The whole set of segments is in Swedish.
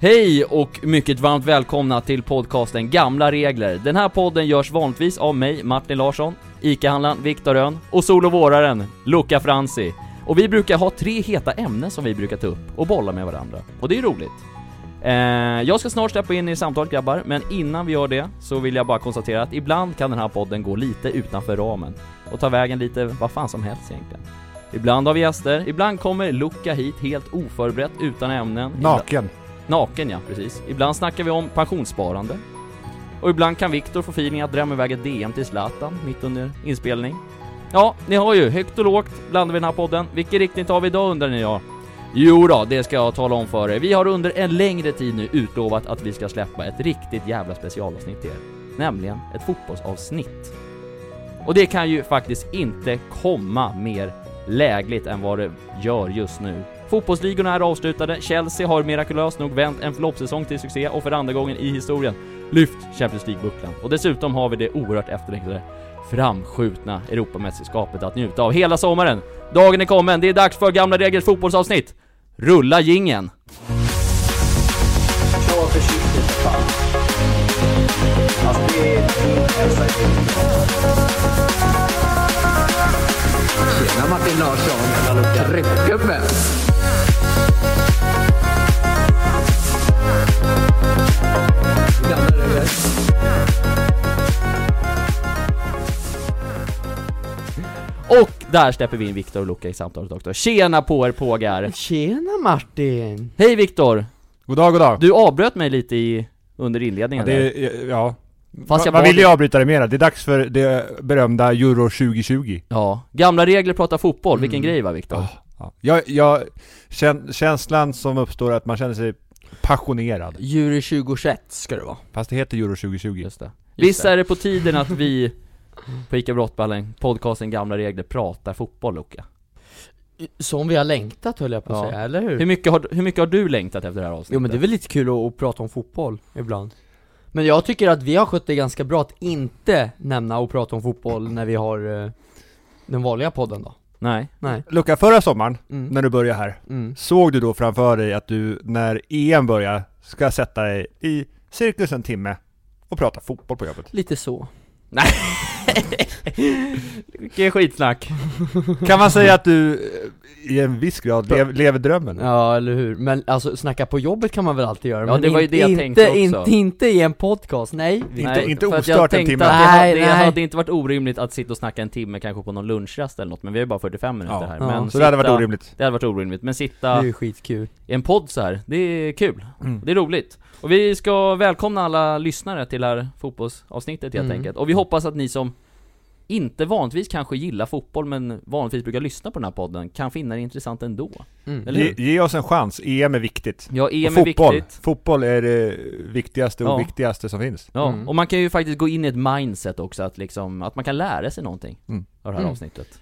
Hej och mycket varmt välkomna till podcasten Gamla Regler. Den här podden görs vanligtvis av mig, Martin Larsson, ICA-handlaren Viktor Öhn och solovåraren Luca Franzi. Och vi brukar ha tre heta ämnen som vi brukar ta upp och bolla med varandra. Och det är roligt. Eh, jag ska snart släppa in er i samtal grabbar, men innan vi gör det så vill jag bara konstatera att ibland kan den här podden gå lite utanför ramen och ta vägen lite vad fan som helst egentligen. Ibland har vi gäster, ibland kommer Luca hit helt oförberett utan ämnen. Ibland- Naken. Naken ja, precis. Ibland snackar vi om pensionssparande. Och ibland kan Viktor få feeling att drämma iväg ett DM till Zlatan mitt under inspelning. Ja, ni har ju, högt och lågt blandar vi den här podden. Vilken riktning tar vi idag undrar ni ja? Jo då, det ska jag tala om för er. Vi har under en längre tid nu utlovat att vi ska släppa ett riktigt jävla specialavsnitt till er. Nämligen ett fotbollsavsnitt. Och det kan ju faktiskt inte komma mer lägligt än vad det gör just nu. Fotbollsligorna är avslutade, Chelsea har mirakulöst nog vänt en förloppssäsong till succé och för andra gången i historien lyft Champions League-bucklan. Och dessutom har vi det oerhört efterlängtade framskjutna Europamästerskapet att njuta av hela sommaren. Dagen är kommen, det är dags för Gamla Reglers fotbollsavsnitt. Rulla gingen. Kör försiktigt fan. Alltså det är min hälsa i Tjena Martin Larsson, tryckgubbe! Gamla regler. Och där släpper vi in Viktor och Luca i samtalet också. Tjena på er pågar! Tjena Martin! Hej Viktor! God dag, god dag. Du avbröt mig lite i, under inledningen där. det, ja. Fast Va, jag vad bad vill dig- jag avbryta det mera? Det är dags för det berömda Euro 2020. Ja, gamla regler pratar fotboll, vilken grej va Viktor? Mm. Ja. Jag, jag, kän, känslan som uppstår är att man känner sig passionerad. Djur 2021 ska det vara. Fast det heter Euro 2020. Just det. Visst är det på tiden att vi på ICA Brottballen, podcasten Gamla Regler, pratar fotboll Luca? Som vi har längtat höll jag på att Ja. säga, eller Hur hur? mycket, har, hur mycket har du längtat efter det här avsnittet? Jo men det är väl lite kul att, att prata om fotboll ibland. Men jag tycker att vi har skött det ganska bra att inte nämna och prata om fotboll när vi har eh, den vanliga podden då. Nej. Nej. Luca, förra sommaren, Mm. när du började här, Mm. såg du då framför dig att du, när EM börjar, ska sätta dig i cirkus en timme och prata fotboll på jobbet? Lite så. Vilket skitsnack. Kan man säga att du eh, i en viss grad lev, lever drömmen? Ja eller hur, men alltså snacka på jobbet kan man väl alltid göra Ja, men det var ju inte, det jag inte, tänkte också. Inte, inte i en podcast, nej. Inte- inte för att jag ostört en tänkte timme. att Det, nej, Nej, det nej. nej. hade inte varit orimligt att sitta och snacka en timme kanske på någon lunchrast eller något, men vi har ju bara 45 minuter Ja. här. Ja. Men Så det hade sitta- varit orimligt. Det hade varit orimligt, men Det är sitta ju skitkul. i en podd så här, det är kul. Mm. Det är roligt. Och vi ska välkomna alla lyssnare till det här fotbollsavsnittet helt Mm. enkelt. Och vi hoppas att ni som inte vanligtvis kanske gillar fotboll men vanligtvis brukar lyssna på den här podden kan finna det intressant ändå. Mm. Eller hur? Ge, ge oss en chans, EM är viktigt. Ja, EM Och är fotboll. viktigt. Fotboll är det viktigaste och Ja. viktigaste som finns. Ja, Mm. och man kan ju faktiskt gå in i ett mindset också att liksom, att man kan lära sig någonting Mm. av det här Mm. avsnittet.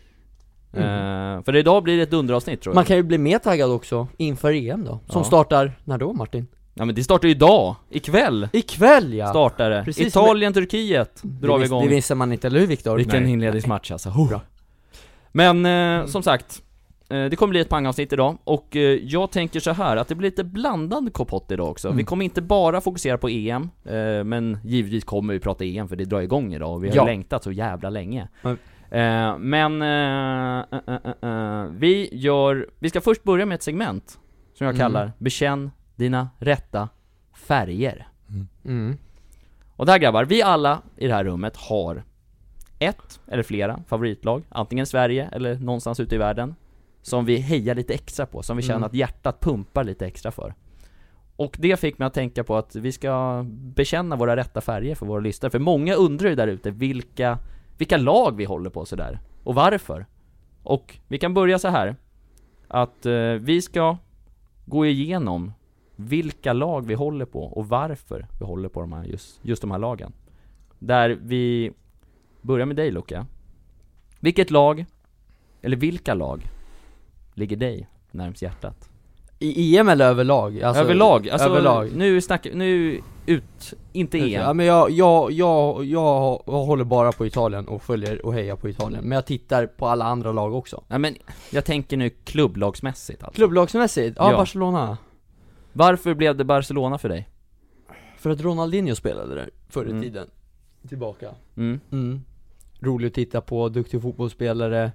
Mm. Eh, för idag blir det ett dunderavsnitt tror jag. Man kan ju bli mer taggad också inför EM då, som Ja. startar, när då Martin? Ja men det startar ju idag, ikväll Ikväll ja! startar det. Precis. Italien, Turkiet Det drar vi vis- igång. Det visste man inte, eller hur Viktor? Vilken Nej. inledningsmatch alltså. Oh. Men eh, som sagt, eh, det kommer bli ett pangavsnitt idag och eh, jag tänker så här att det blir lite blandad kompott idag också. Mm. Vi kommer inte bara fokusera på EM, eh, men givetvis kommer vi prata EM för det drar igång idag och vi har Ja. längtat så jävla länge. Mm. Eh, men eh, eh, eh, eh, vi gör, vi ska först börja med ett segment som jag Mm. kallar Bekänn dina rätta färger. Mm. Och där grabbar, vi alla i det här rummet har ett eller flera favoritlag, antingen i Sverige eller någonstans ute i världen, som vi hejar lite extra på, som vi känner Mm. att hjärtat pumpar lite extra för. Och det fick mig att tänka på att vi ska bekänna våra rätta färger för våra lyssnare, för många undrar ju där ute vilka, vilka lag vi håller på sådär, och varför. Och vi kan börja så här att eh, vi ska gå igenom vilka lag vi håller på och varför vi håller på de här just, just de här lagen. Där vi börjar med dig Luca. Vilket lag, eller vilka lag, ligger dig närmst hjärtat? I EM eller överlag? Alltså, överlag, alltså överlag. nu snackar, nu ut, inte EM. Ja men jag, jag, jag, jag, jag håller bara på Italien och följer och hejar på Italien, men jag tittar på alla andra lag också Nej men, jag tänker nu klubblagsmässigt alltså. Klubblagsmässigt? Ja, Ja. Barcelona Varför blev det Barcelona för dig? För att Ronaldinho spelade där förr i Mm. tiden Tillbaka Mm. Mm. Rolig att titta på, duktig fotbollsspelare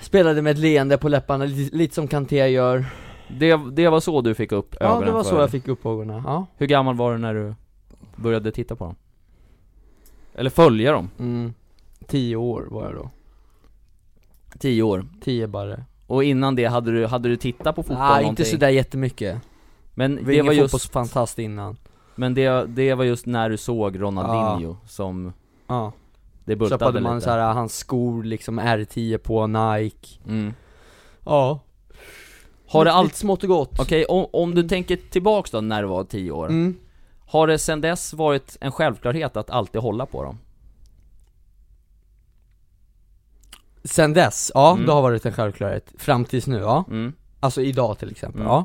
Spelade med ett leende på läpparna, lite, lite som Kanté gör Det, det var så du fick upp ögonen Ja det var för så jag fick upp ögonen, ja Hur gammal var du när du började titta på dem? Eller följa dem? mm. Tio år var jag då, Tio år. tio bara Och innan det, hade du, hade du tittat på fotboll ah, inte någonting? sådär jättemycket Men Vi det, var var ingen just, fotbollsfantast innan men det, det var just när du såg Ronaldinho som Ja, det så bultade hade lite? man såhär, hans skor liksom R10 på, Nike mm. Ja Har det allt... smått och gott? Okej, om, om du tänker tillbaks då när du var tio år Mm. Har det sen dess varit en självklarhet att alltid hålla på dem? Sen dess, ja Mm. det har varit en självklarhet, fram tills nu ja Mm. Alltså idag till exempel, Mm. ja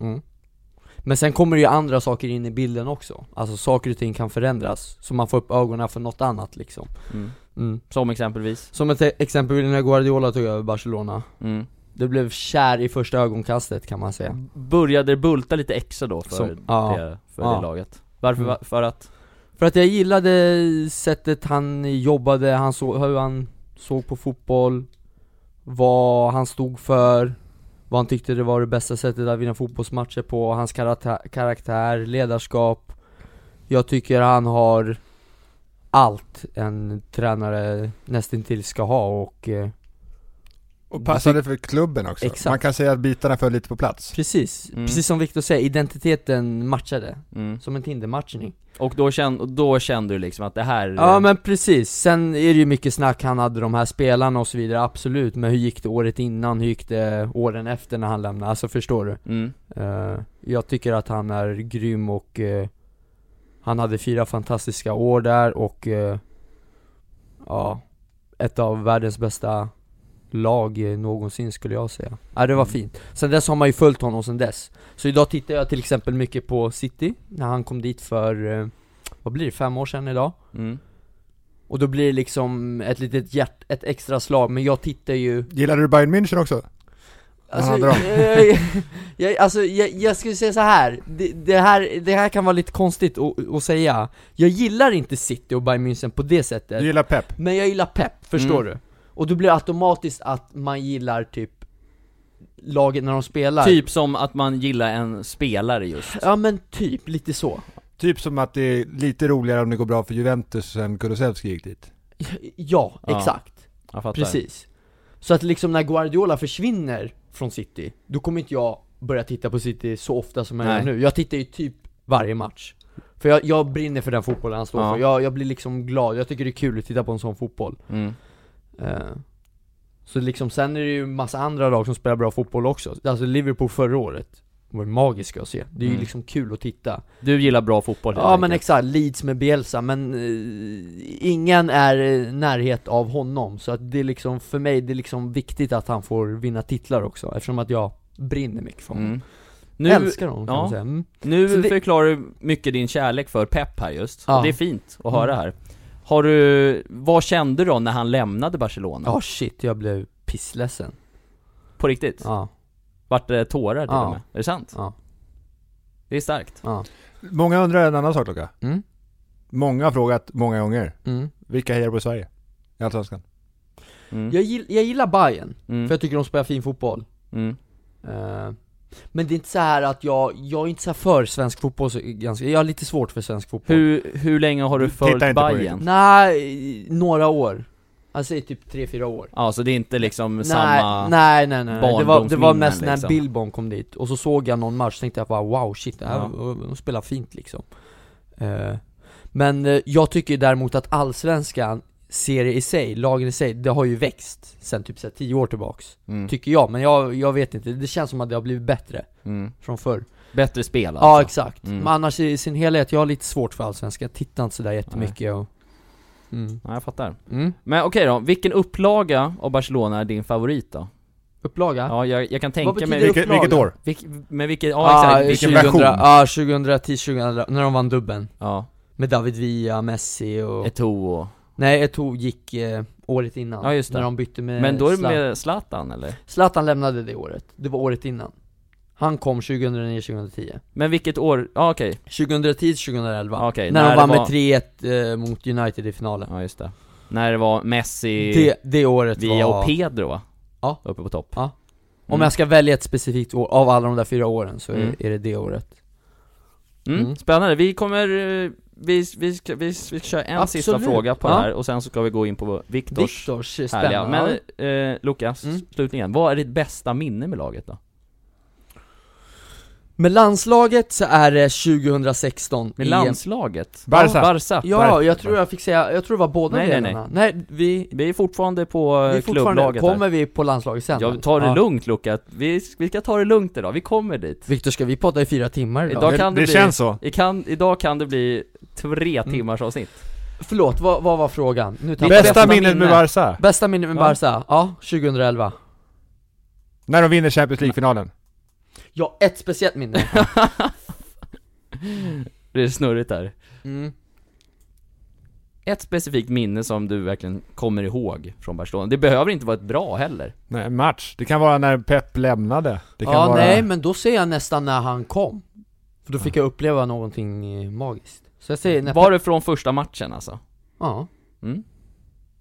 mm. Men sen kommer det ju andra saker in i bilden också, alltså saker och ting kan förändras, så man får upp ögonen för något annat liksom Mm. mm. Som exempelvis? Som ett e- exempel när Guardiola tog över Barcelona, Mm. du blev kär i första ögonkastet kan man säga Började det bulta lite extra då Mm. för, Som- det, ja. för Ja. det laget? Varför? Mm. va- För att? För att jag gillade sättet han jobbade, han så, hur han såg på fotboll Vad han stod för Vad han tyckte det var det bästa sättet att vinna fotbollsmatcher på, hans karata- karaktär, ledarskap Jag tycker han har allt en tränare nästintill ska ha och eh, Och passade för klubben också. Exakt. Man kan säga att bitarna föll lite på plats. Precis, Mm. precis som Viktor säger, identiteten matchade Mm. Som en Tinder-matchning Och då kände, då kände du liksom att det här... Ja men precis, sen är det ju mycket snack, han hade de här spelarna och så vidare, absolut Men hur gick det året innan, hur gick det åren efter när han lämnade? Alltså förstår du? Mm. Eh, jag tycker att han är grym och eh, han hade fyra fantastiska år där och eh, ja, ett av världens bästa lag eh, någonsin skulle jag säga. Ja det var Mm. fint. Sen dess har man ju följt honom sen dess. Så idag tittar jag till exempel mycket på City, när han kom dit för, eh, vad blir det, fem år sedan idag? Mm. Och då blir det liksom ett litet hjärt, ett extra slag, men jag tittar ju Gillade du Bayern München också? Alltså, hade de? jag, jag, jag, alltså jag, jag skulle säga så här. Det, det här, det här kan vara lite konstigt att, att säga Jag gillar inte City och Bayern München på det sättet Du gillar Pep? Men jag gillar Pep, förstår Mm. du? Och då blir det automatiskt att man gillar typ laget när de spelar Typ som att man gillar en spelare just Ja men typ, lite så Typ som att det är lite roligare om det går bra för Juventus än Kulusevski gick dit. Ja, Ja. exakt Jag fattar Precis. Så att liksom när Guardiola försvinner från City, då kommer inte jag börja titta på City så ofta som jag Nej. gör nu. Jag tittar ju typ varje match. För jag, jag brinner för den fotbollen han står Ja. för. Jag, jag blir liksom glad, jag tycker det är kul att titta på en sån fotboll. Mm. Eh, Så liksom, sen är det ju massa andra lag som spelar bra fotboll också. Alltså Liverpool förra året var ju magiska att se. Det är ju Mm. liksom kul att titta. Du gillar bra fotboll helt Ja men enkelt. exakt, Leeds med Bielsa, men eh, ingen är i närhet av honom Så att det är liksom, för mig, det är liksom viktigt att han får vinna titlar också Eftersom att jag brinner mycket för honom mm. nu, Nu, Älskar honom kan ja. man säga mm. Så nu det- förklarar du mycket din kärlek för Pep här just, Ja. Mm. och det är fint att höra här Har du, vad kände du då när han lämnade Barcelona? Ja Ah, shit, jag blev pissledsen På riktigt? Ja, Vart det tårar till Ja. och med? Är det sant? Ja. Det är starkt ja, Många undrar en annan sak Luka. Mm. Många har frågat många gånger. mm. Vilka hejar på Sverige? I Allsvenskan? mm. Jag, gill, jag gillar Bayern Mm. för jag tycker de spelar fin fotboll Mm. Eh, Men det är inte så här att jag, jag är inte så här för svensk fotboll, så ganska, jag har lite svårt för svensk fotboll Hur, hur länge har du Du tittar följt inte på det Bayern? Nej, några år Alltså i typ 3-4 år Ja, så det är inte liksom nej, samma... Nej nej nej, nej. det var, det var barndomsminnen, mest när liksom. Billborn kom dit, och så såg jag någon match och tänkte jag bara wow shit, det här, Ja. de spelar fint liksom Eh, Men eh, jag tycker däremot att allsvenskan, serie i sig, lagen i sig, det har ju växt sen typ så här, 10 år tillbaks Mm. Tycker jag, men jag, jag vet inte, det känns som att det har blivit bättre Mm. från förr Bättre spel alltså? Ja exakt, Mm. men annars i sin helhet, jag har lite svårt för allsvenskan, jag tittar inte sådär jättemycket och mm. ja, jag fattar Mm. Men okej då, vilken upplaga av Barcelona är din favorit då? Upplaga? Ja, jag, jag kan tänka betyder mig... upplaga? Ah, Vilket, vilket år? Vilk, men vilket, ja exakt, vilken vilken 2000, version? Ja, 2010, 2011, när de vann dubben Ja, Med David Villa, Messi och... Eto'o Nej, Eto'o gick eh, året innan Ja, just det. När de bytte med Men då är det Zlatan. med Zlatan eller? Zlatan lämnade det året, det var året innan Han kom 2009-2010 Men vilket år, ja okej, 2010-2011 Okej, När när de vann det med var- 3-1 eh, mot United i finalen ja just det När det var Messi, Det, det året Via var... och Pedro va? Ja. Uppe på topp Ja. Om jag ska välja ett specifikt år av alla de där fyra åren så är- Mm. är det det året mm. Mm. Spännande, vi kommer, eh, vi, vi, ska, vi, vi kör en sista Absolut. fråga på det Ja. här och sen så ska vi gå in på Viktors Viktors, är härliga spännande Men eh, Lukas, Mm. slutligen, vad är ditt bästa minne med laget då? Med landslaget så är det 2016 Med i- landslaget? Barca. Barca. Ja, jag tror jag fick säga, jag tror det var båda Nej, nej, delarna Nej, vi, Vi är fortfarande på vi eh, är fortfarande, klubblaget här. kommer vi på landslaget sen? Jag tar det Ja. lugnt Luca, vi, vi ska ta det lugnt idag, vi kommer dit Viktor, ska vi podda i fyra timmar idag? Idag kan det, det bli, känns så. i kan, Idag kan det bli tre timmars avsnitt Förlåt, vad, vad var frågan? Nu tappade Bästa, jag- bästa minnet minne. med Barca? Bästa minne med Ja. Barca? Ja, 2011 När de vinner Champions League-finalen. Ja, ett speciellt minne Det är snurrigt där mm. Ett specifikt minne som du verkligen kommer ihåg från Barcelona, det behöver inte vara ett bra heller Nej, en match. Det kan vara när Pep lämnade. Det kan Ja, vara... nej, men då ser jag nästan när han kom För då fick jag uppleva någonting eh, magiskt Så jag säger när Var det från första matchen alltså? Mm. Ja,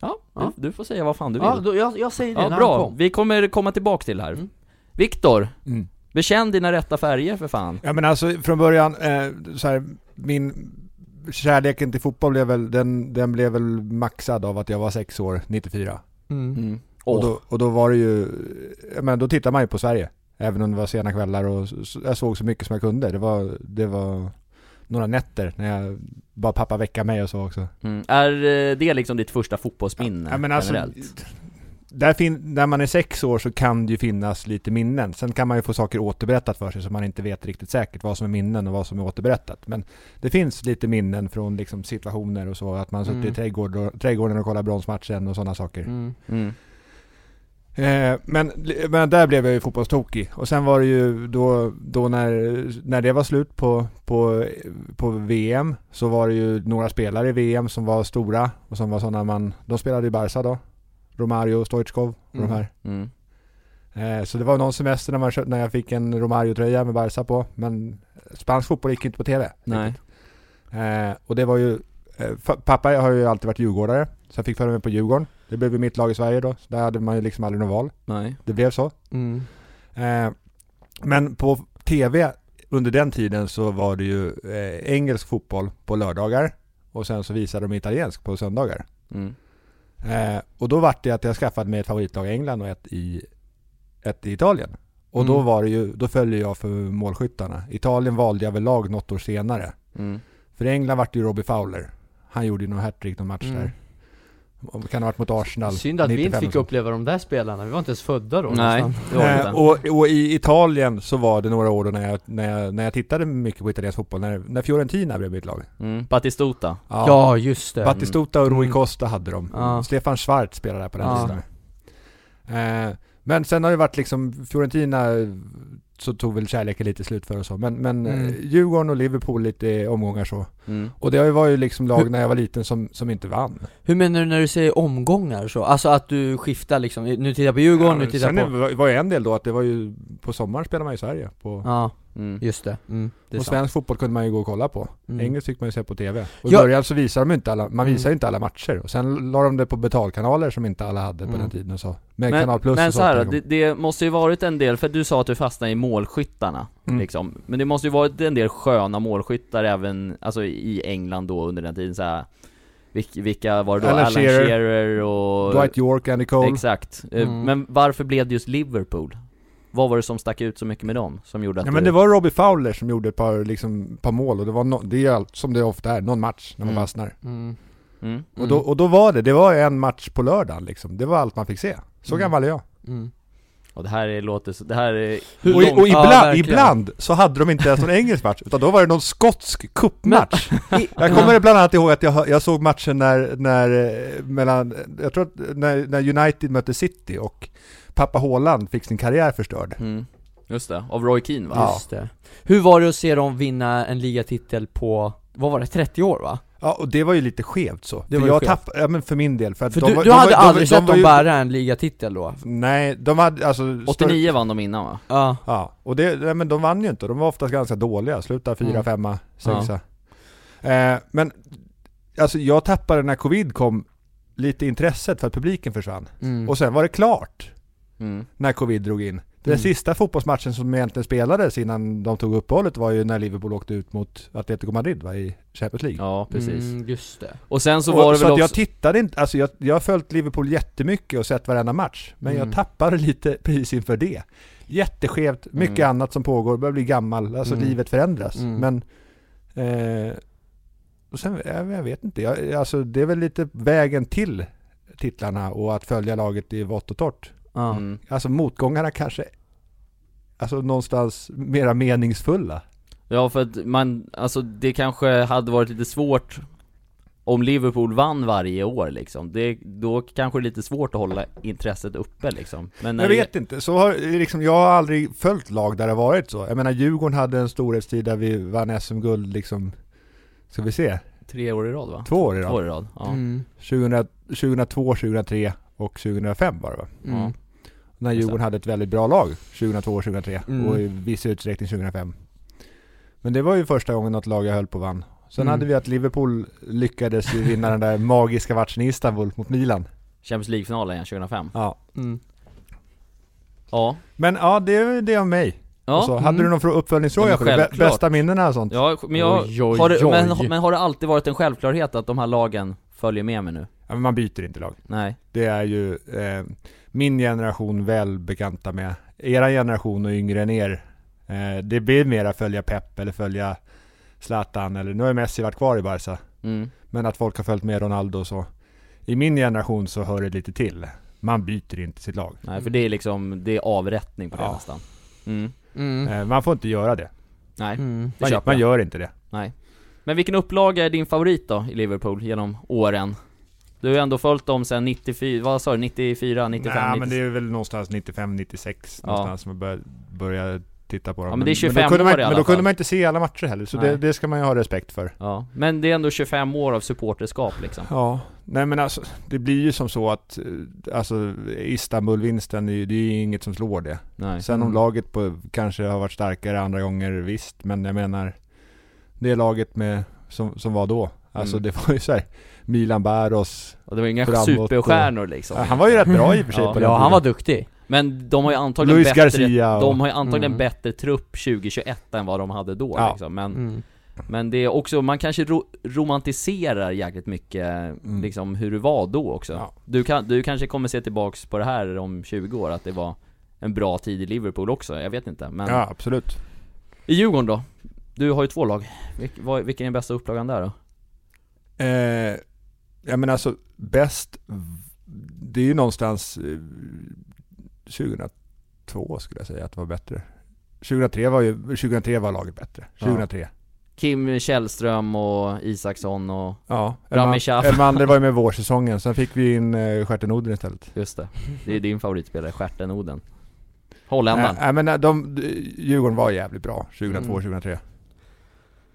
Ja, Ja. Du, du får säga vad fan du vill ja då, jag, jag säger det Ja, när bra, han kom vi kommer komma tillbaka till det här Mm. Viktor, Mm. bekänn dina rätta färger för fan Ja men alltså från början, eh, så här, min kärleken till fotboll blev väl, den, den blev väl maxad av att jag var sex år 94. mm. Och, Åh, då, och då var det ju, ja, men då tittade man ju på Sverige. Även om det var sena kvällar och s- s- jag såg så mycket som jag kunde. Det var, det var några nätter när jag bara pappa väcka mig och så också. mm. Är eh, det liksom ditt första fotbollsminne Ja, men alltså, generellt? Där fin- när man är sex år så kan det ju finnas lite minnen. Sen kan man ju få saker återberättat för sig som man inte vet riktigt säkert vad som är minnen och vad som är återberättat. Men det finns lite minnen från liksom situationer och så, att man har suttit Mm. i trädgård och, trädgården och kollat bronsmatchen och sådana saker. Mm. Mm. Eh, men, men där blev jag ju fotbollstokig. Och sen var det ju då, då när, när det var slut på, på, på VM så var det ju några spelare i VM som var stora och som var sådana man, de spelade i Barca då. Romario, Stoichkov och Mm. de här. Mm. Eh, så det var någon semester när, man, kö- när jag fick en Romario-tröja med Barca på, men spansk fotboll gick inte på TV. Nej, Eh, och det var ju, eh, fa- pappa har ju alltid varit djurgårdare, så jag fick föra mig på Djurgården. Det blev ju mitt lag i Sverige då, så där hade man ju liksom aldrig något val. nej Det blev så. Mm. Eh, men på tv under den tiden så var det ju eh, engelsk fotboll på lördagar och sen så visade de italiensk på söndagar. mm. Eh, och då vart det att jag skaffade mig ett favoritlag i England och ett i, ett i Italien. Och då Mm. var det ju, då följde jag för målskyttarna. Italien valde jag väl lag något år senare. Mm. För i England vart det ju Robbie Fowler. Han gjorde ju någon hattrick någon match Mm. där. Om- Kan ha varit mot Arsenal. Synd att vi 95 inte och fick så. uppleva de där spelarna, vi var inte ens födda då Nej, nästan. det var det Eh, inte. och, och i Italien så var det några år då när jag, när jag, när jag tittade mycket på italiensk fotboll, när, när Fiorentina blev mitt lag. Mm. Batistuta. Ja, just det Battistuta och Rui Costa hade de. Ja. Stefan Schwarz spelade där på den Ja. tiden. Eh, men sen har det varit liksom, Fiorentina eh, så tog väl kärleken lite slut för och så. Men, men Mm. eh, Djurgården och Liverpool lite i omgångar så. Mm. Och det var ju liksom Hur- lag när jag var liten som, som inte vann. Hur menar du när du säger omgångar så? Alltså att du skiftar liksom, nu tittar jag på Djurgården, nu tittar sen jag på... var- var ju en del då att det var ju, på sommaren spelade man i Sverige. På, Ja, Mm. just det, mm, det är och sant. svensk fotboll kunde man ju gå och kolla på. Mm. Engelsk fick man ju se på TV. Och i Ja. början så visade de ju inte alla, man Mm. visade ju inte alla matcher. Och sen la de det på betalkanaler som inte alla hade på Mm. den tiden och så. Med Men, Kanal Plus men och så här, sånt. det, det måste ju varit en del, för du sa att du fastnade i målskyttarna, Mm. liksom. Men det måste ju varit en del sköna målskyttar även, alltså i England då under den tiden så här. Vilk, vilka var det då? Alan Alan, Shearer. Shearer, och... Dwight York, Andy Cole. Exakt. Eh, Mm. Men varför blev det just Liverpool? Vad var det som stack ut så mycket med dem, som gjorde att Ja men du... det var Robbie Fowler som gjorde ett par, liksom, par mål och det var no, det är allt som det ofta är, någon match när man Mm. fastnar. Mm. Mm. Och, då, och då var det, det var en match på lördagen liksom. Det var allt man fick se. Så Mm. gammal är jag. Mm. Och det här är, låter så, det här är... Hur och i- långt- och Ja, ibland, verkligen. ibland så hade de inte ens någon engelsk match, utan då var det någon skotsk cupmatch. I- Jag kommer bland annat ihåg att jag, jag såg matchen när, när, eh, mellan, jag tror att när, när United mötte City och pappa Haaland fick sin karriär förstörd. Mm. Just det, av Roy Keane va? Ja. Just det. Hur var det att se dem vinna en ligatitel på, vad var det, 30 år va? Ja, och det var ju lite skevt så. Det för var ju jag skevt. tappade, ja men för min del. För, att För de du, var, du de hade var, aldrig de, sett var dem ju- bära en ligatitel då? Nej, de hade alltså... större- 89 vann de innan va? Ja, Ja, och det, nej, men de vann ju inte. De var oftast ganska dåliga. Slutade fyra, Mm. femma, sexa. Eh, men alltså jag tappade när covid kom lite intresset för att publiken försvann. mm. Och sen var det klart Mm. när covid drog in. Den Mm. sista fotbollsmatchen som egentligen spelades innan de tog uppehållet var ju när Liverpool åkte ut mot Atletico Madrid va, i Champions League. Ja, precis. Mm, just det. Och sen så Och- var det väl att också... jag tittade inte, alltså jag, jag har följt Liverpool jättemycket och sett varenda match. Men Mm. jag tappade lite precis inför det. Jätteskevt, mycket Mm. annat som pågår, börjar bli gammal, alltså Mm. livet förändras. Mm. Men... Eh, och sen, jag, jag vet inte, jag, alltså det är väl lite vägen till titlarna och att följa laget i vått och torrt. Ja. Mm. Alltså motgångarna kanske, alltså någonstans mera meningsfulla. Ja, för att man, alltså det kanske hade varit lite svårt om Liverpool vann varje år liksom. Det, då kanske det är lite svårt att hålla intresset uppe liksom. Men när Jag det, vet inte, så har, liksom, jag har aldrig följt lag där det varit så. Jag menar Djurgården hade en storhetstid där vi vann SM-guld liksom, ska vi se, tre år i rad va? två år i Två rad. år i rad, ja. Mm. 2000 2002, 2003 och 2005 var det va? Mm. Ja. När Djurgården hade ett väldigt bra lag 2002 och 2003 Mm. och i viss utsträckning 2005. Men det var ju första gången något lag jag höll på vann. Sen Mm. hade vi att Liverpool lyckades ju vinna den där magiska matchen i Istanbul mot Milan. Champions League-finalen igen, 2005. Ja. Mm. Ja. Men ja, det är det om mig. Ja. Och så, hade Mm. du någon frå- uppföljningsfråga? Ja, för men det? Bä- självklart. bästa minnena och sånt? Ja, men jag, Oj, oj, har det, oj. Men, men har det alltid varit en självklarhet att de här lagen följer med mig nu? Ja, men man byter inte lag. Nej. Det är ju eh, min generation väl bekanta med. Era generation och yngre än er. Eh, det blir mera följa Pep eller följa Zlatan eller nu har Messi varit kvar i Barca. Mm. Men att folk har följt med Ronaldo och så. I min generation så hör det lite till. Man byter inte sitt lag. Nej, för det är liksom, det är avrättning på det Mm. Ja. nästan. Mm. Mm. Eh, man får inte göra det. Nej, Mm. det Man, köper man jag. gör inte det. Nej. Men vilken upplaga är din favorit då i Liverpool genom åren? Du har ju ändå följt dem sedan 94, vad sa du? 94, 95, Nej, 96? men det är väl någonstans 95, 96 Ja. någonstans som man börjar, börjar titta på dem. Ja, men det är 25 då kunde år man, i alla Men då kunde fall. man inte se alla matcher heller, så Nej. det, det ska man ju ha respekt för. Ja, men det är ändå 25 år av supporterskap liksom. Ja, nej men alltså det blir ju som så att eh, alltså Istanbulvinsten, är ju- det är ju inget som slår det. Nej. Sen om Mm. laget på, kanske har varit starkare andra gånger, visst, men jag menar det laget med, som, som var då. Alltså Mm. det var ju såhär, Milan Baros, Och det var ju inga Framåt och- superstjärnor liksom. Ja, han var ju rätt bra i och för sig Ja. på den Ja, han var tiden. duktig. Men de har ju antagligen Luis bättre, Garcia och- de har ju antagligen Mm. bättre trupp 2021 än vad de hade då Ja. liksom. men, Mm. men det är också, man kanske ro- romantiserar jäkligt mycket liksom hur det var då också. Ja. Du, kan, du kanske kommer se tillbaks på det här om 20 år, att det var en bra tid i Liverpool också, jag vet inte. Men Ja, absolut. i Djurgården då? Du har ju två lag. Vilk, vad, vilken är bästa upplagan där då? Eh, ja men alltså bäst, det är ju någonstans eh, 2002 skulle jag säga att det var bättre. 2003 var ju, 2003 var laget bättre. 2003. Kim Källström och Isaksson och... Ja, Rami Elman- Shah. Elmander var ju med vårsäsongen, sen fick vi in eh, Stjärten Oden istället. Just det. Det är din favoritspelare, Stjärten Oden. Nej, Holländaren. nej, men eh, de, de- Djurgården var jävligt bra 2002-2003.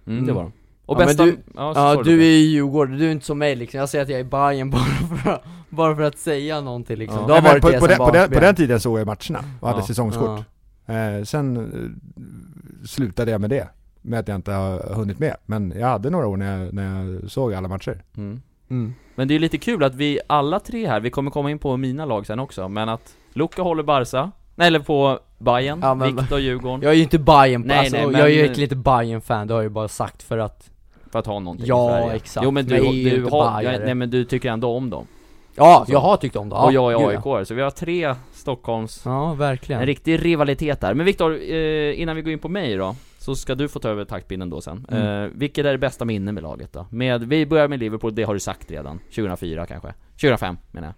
Mm, det var de. Och Ja, men bästa... du- ja, så Ja, sa Alltså, du det. är ju Djurgården, du är inte som mig liksom. Jag säger att jag är Bayern bara för att, bara för att säga någonting liksom. Ja. Det har Nej, men varit på, det på, som den, på, den, på bakben. den tiden såg jag matcherna och hade Ja. säsongskort. Eh, sen eh, slutade jag med det, med att jag inte har hunnit med. Men jag hade några år när jag, när jag såg alla matcher. Mm. Mm. Men det är ju lite kul att vi alla tre här, vi kommer komma in på mina lag sen också, men att Luca håller Barca, nej eller på Bayern, Ja, men- Viktor Djurgården, Jag är ju inte Bayern Nej, alltså, nej, men- jag är ju egentligen inte bayern fan det har jag ju bara sagt för att för att ha någonting Ja, i Sverige. exakt. Jo men du, Men jag är ju du, inte har, bajare. jag, nej men du tycker ändå om dem. Ja, Så. jag har tyckt om det, Alltså. ja, och jag är gud, aik så vi har tre Stockholms, Ja, verkligen en riktig rivalitet där. Men Viktor, eh, innan vi går in på mig då, så ska du få ta över taktpinnen då sen. Mm. Eh, vilket är det bästa minnet med laget då? Med, vi börjar med Liverpool, det har du sagt redan. 2004 kanske? 2005 menar jag.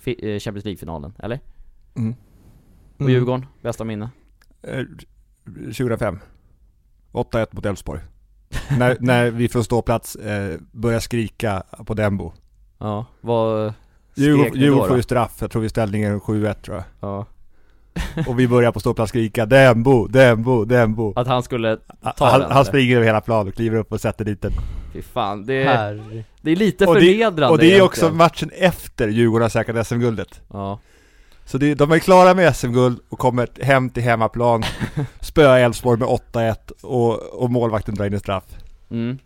Fi, eh, Champions League-finalen, eller? Och Mm. Djurgården, bästa minne? Eh, 2005. 8-1 mot Elfsborg. när, när vi från ståplats eh, började skrika på Dembo. Ja, vad... skrek Djurgården ni då Djurgården får då? ju straff, jag tror vi ställningen 7-1 tror jag. Ja. Och vi börjar på ståplats skrika Dembo, Dembo, Dembo. Att han skulle, Han, ta den, han eller? springer över hela plan och kliver upp och sätter dit den. Fy fan, det är, Herre. det är lite Och det- förnedrande Och det är också egentligen. matchen efter Djurgården har säkrat SM-guldet. Ja, Så det, de är klara med SM-guld och kommer hem till hemmaplan, spöar Elfsborg med 8-1 och, och målvakten drar in en straff. mm.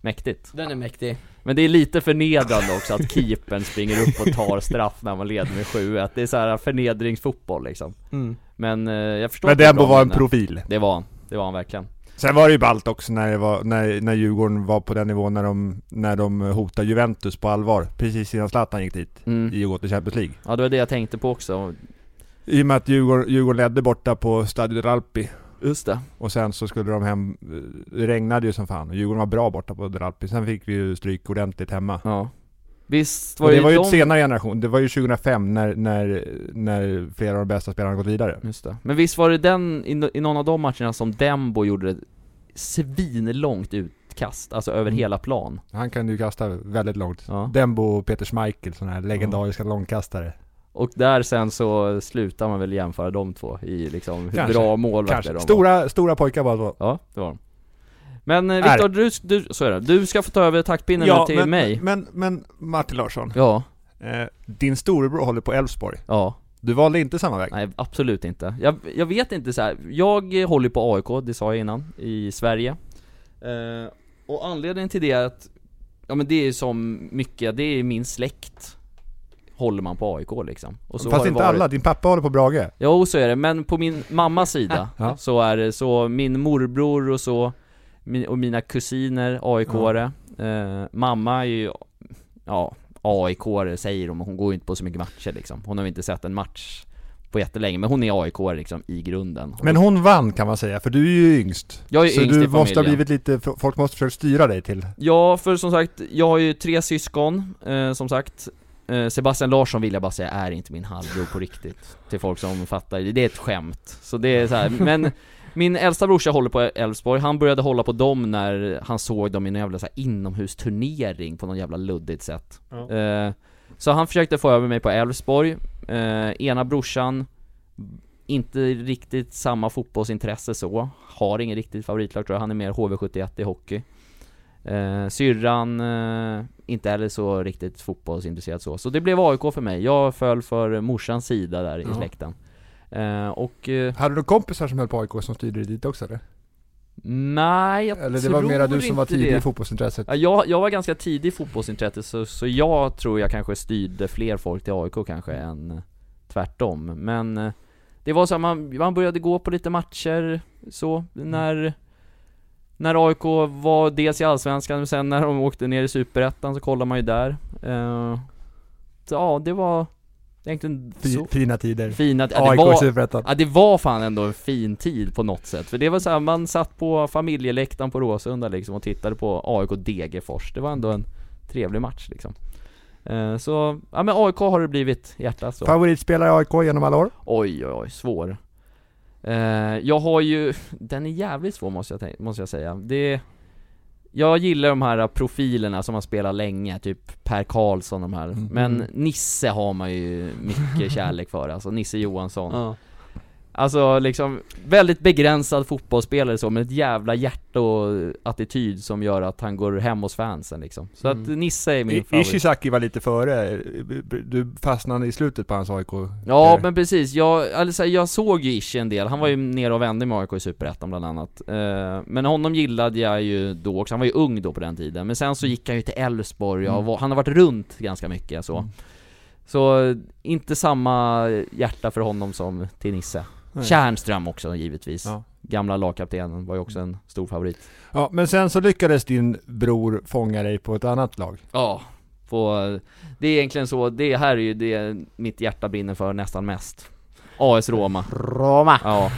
Mäktigt. Den är mäktig. Men det är lite förnedrande också att keepern springer upp och tar straff när man leder med 7-1. Det är så här förnedringsfotboll liksom. Mm. Men eh, jag förstår Men att det är Dembo bra, var en men- profil. Det var han, det var han verkligen. Sen var det ju ballt också när, det var, när, när Djurgården var på den nivån när de, när de hotade Juventus på allvar, precis innan Zlatan gick dit Mm. i och gå till Champions League. Ja det var det jag tänkte på också. I och med att Djurgården, Djurgården ledde borta på Stadio Ralpi Just det. och sen så skulle de hem, det regnade ju som fan och Djurgården var bra borta på Ralpi, sen fick vi ju stryk ordentligt hemma. Ja. Visst var Och det ju var ju de... ett senare generation, det var ju 2005 när, när, när flera av de bästa spelarna gått vidare. Just det. Men visst var det den, i, no- i någon av de matcherna som Dembo gjorde ett svinlångt utkast, alltså över Mm. hela plan. Han kan ju kasta väldigt långt. Ja. Dembo och Peter Schmeichel, sådana här legendariska långkastare. Och där sen så slutar man väl jämföra de två i liksom hur Kanske. bra målvakter de Kanske. var. Stora, stora pojkar bara så. Ja, det var de. Men eh, Är. Viktor, du, du, så är det. Du ska få ta över taktpinnen nu till men, mig. Men, men Martin Larsson, Ja, eh, din storebror håller på Elfsborg. ja. Du valde inte samma väg. Nej, absolut inte. Jag, jag vet inte så här. jag eh, håller på AIK, det sa jag innan, i Sverige. Eh, och anledningen till det är att, ja men det är ju som mycket, det är min släkt. Håller man på AIK liksom. Och har Fast det inte alla, din pappa håller på Brage. Jo, så är det. Men på min mammas sida Ja. så är det så, min morbror och så, min, och mina kusiner, AIK-are. Eh, mamma är ju, ja, AIK-are säger de, hon går ju inte på så mycket matcher liksom. Hon har ju inte sett en match på jättelänge, men hon är AIK-are liksom i grunden. Men hon vann kan man säga, för du är ju yngst. Jag är så yngst du i måste ha familjen. blivit lite, folk måste försöka styra dig till. Ja, för som sagt, jag har ju tre syskon, eh, som sagt. Eh, Sebastian Larsson vill jag bara säga är inte min halvbror på riktigt. Till folk som fattar, det är ett skämt. Så det är så här. men min äldsta brorsa håller på Elfsborg, han började hålla på dem när han såg dem i någon jävla så här, inomhusturnering på något jävla luddigt sätt. Eh, så han försökte få över mig på Elfsborg, eh, ena brorsan inte riktigt samma fotbollsintresse så, har ingen riktigt favoritlag tror jag, han är mer HV71 i hockey. Eh, syrran, eh, inte heller så riktigt fotbollsintresserad så. Så det blev AIK för mig. Jag föll för morsans sida där i Ja. släkten. Eh, och eh, Hade du kompisar som höll på AIK som styrde dig dit också eller? nej, jag Eller det tror var mera du som var inte tidig det. i fotbollsintresset? Ja, jag, jag var ganska tidig i fotbollsintresset så, så jag tror jag kanske styrde fler folk till AIK kanske än eh, tvärtom. Men eh, det var så här, man, man började gå på lite matcher så Mm. när när AIK var dels i Allsvenskan men sen när de åkte ner i Superettan så kollade man ju där. Eh, så, ja, det var egentligen Fi- så Fina tider. fina... Ja, det AIK i var, Superettan. Ja det var fan ändå en fin tid på något sätt, för det var så här, man satt på familjeläktaren på Råsunda liksom och tittade på AIK Degerfors, det var ändå en trevlig match liksom Eh, Så, ja men AIK har det blivit i hjärtat så Favoritspelare i AIK genom alla år? Oj oj oj, svår Eh, Jag har ju, den är jävligt svår måste jag, tänka, måste jag säga Det Jag gillar de här profilerna som har spelat länge, typ Per Karlsson och de här Mm. Men Nisse har man ju mycket kärlek för alltså, Nisse Johansson Ja. Alltså liksom, väldigt begränsad fotbollsspelare så, men ett jävla hjärta och attityd som gör att han går hem hos fansen liksom. Så Mm. att Nisse är min I- favorit. Ishizaki var lite före, du fastnade i slutet på hans AIK. Ja men precis, jag, alltså, jag såg ju Ishi en del, han var ju nere och vände med AIK i Superettan bland annat Eh, Men honom gillade jag ju då också, han var ju ung då på den tiden Men sen så gick han ju till Elfsborg, Mm. och var- han har varit runt ganska mycket så Så, inte samma hjärta för honom som till Nisse Nej. Tjärnström också givetvis Ja. Gamla lagkaptenen var ju också en stor favorit Ja, men sen så lyckades din bror fånga dig på ett annat lag. Ja, på, det är egentligen så, det här är ju det mitt hjärta brinner för nästan mest AS Roma Roma. Ja.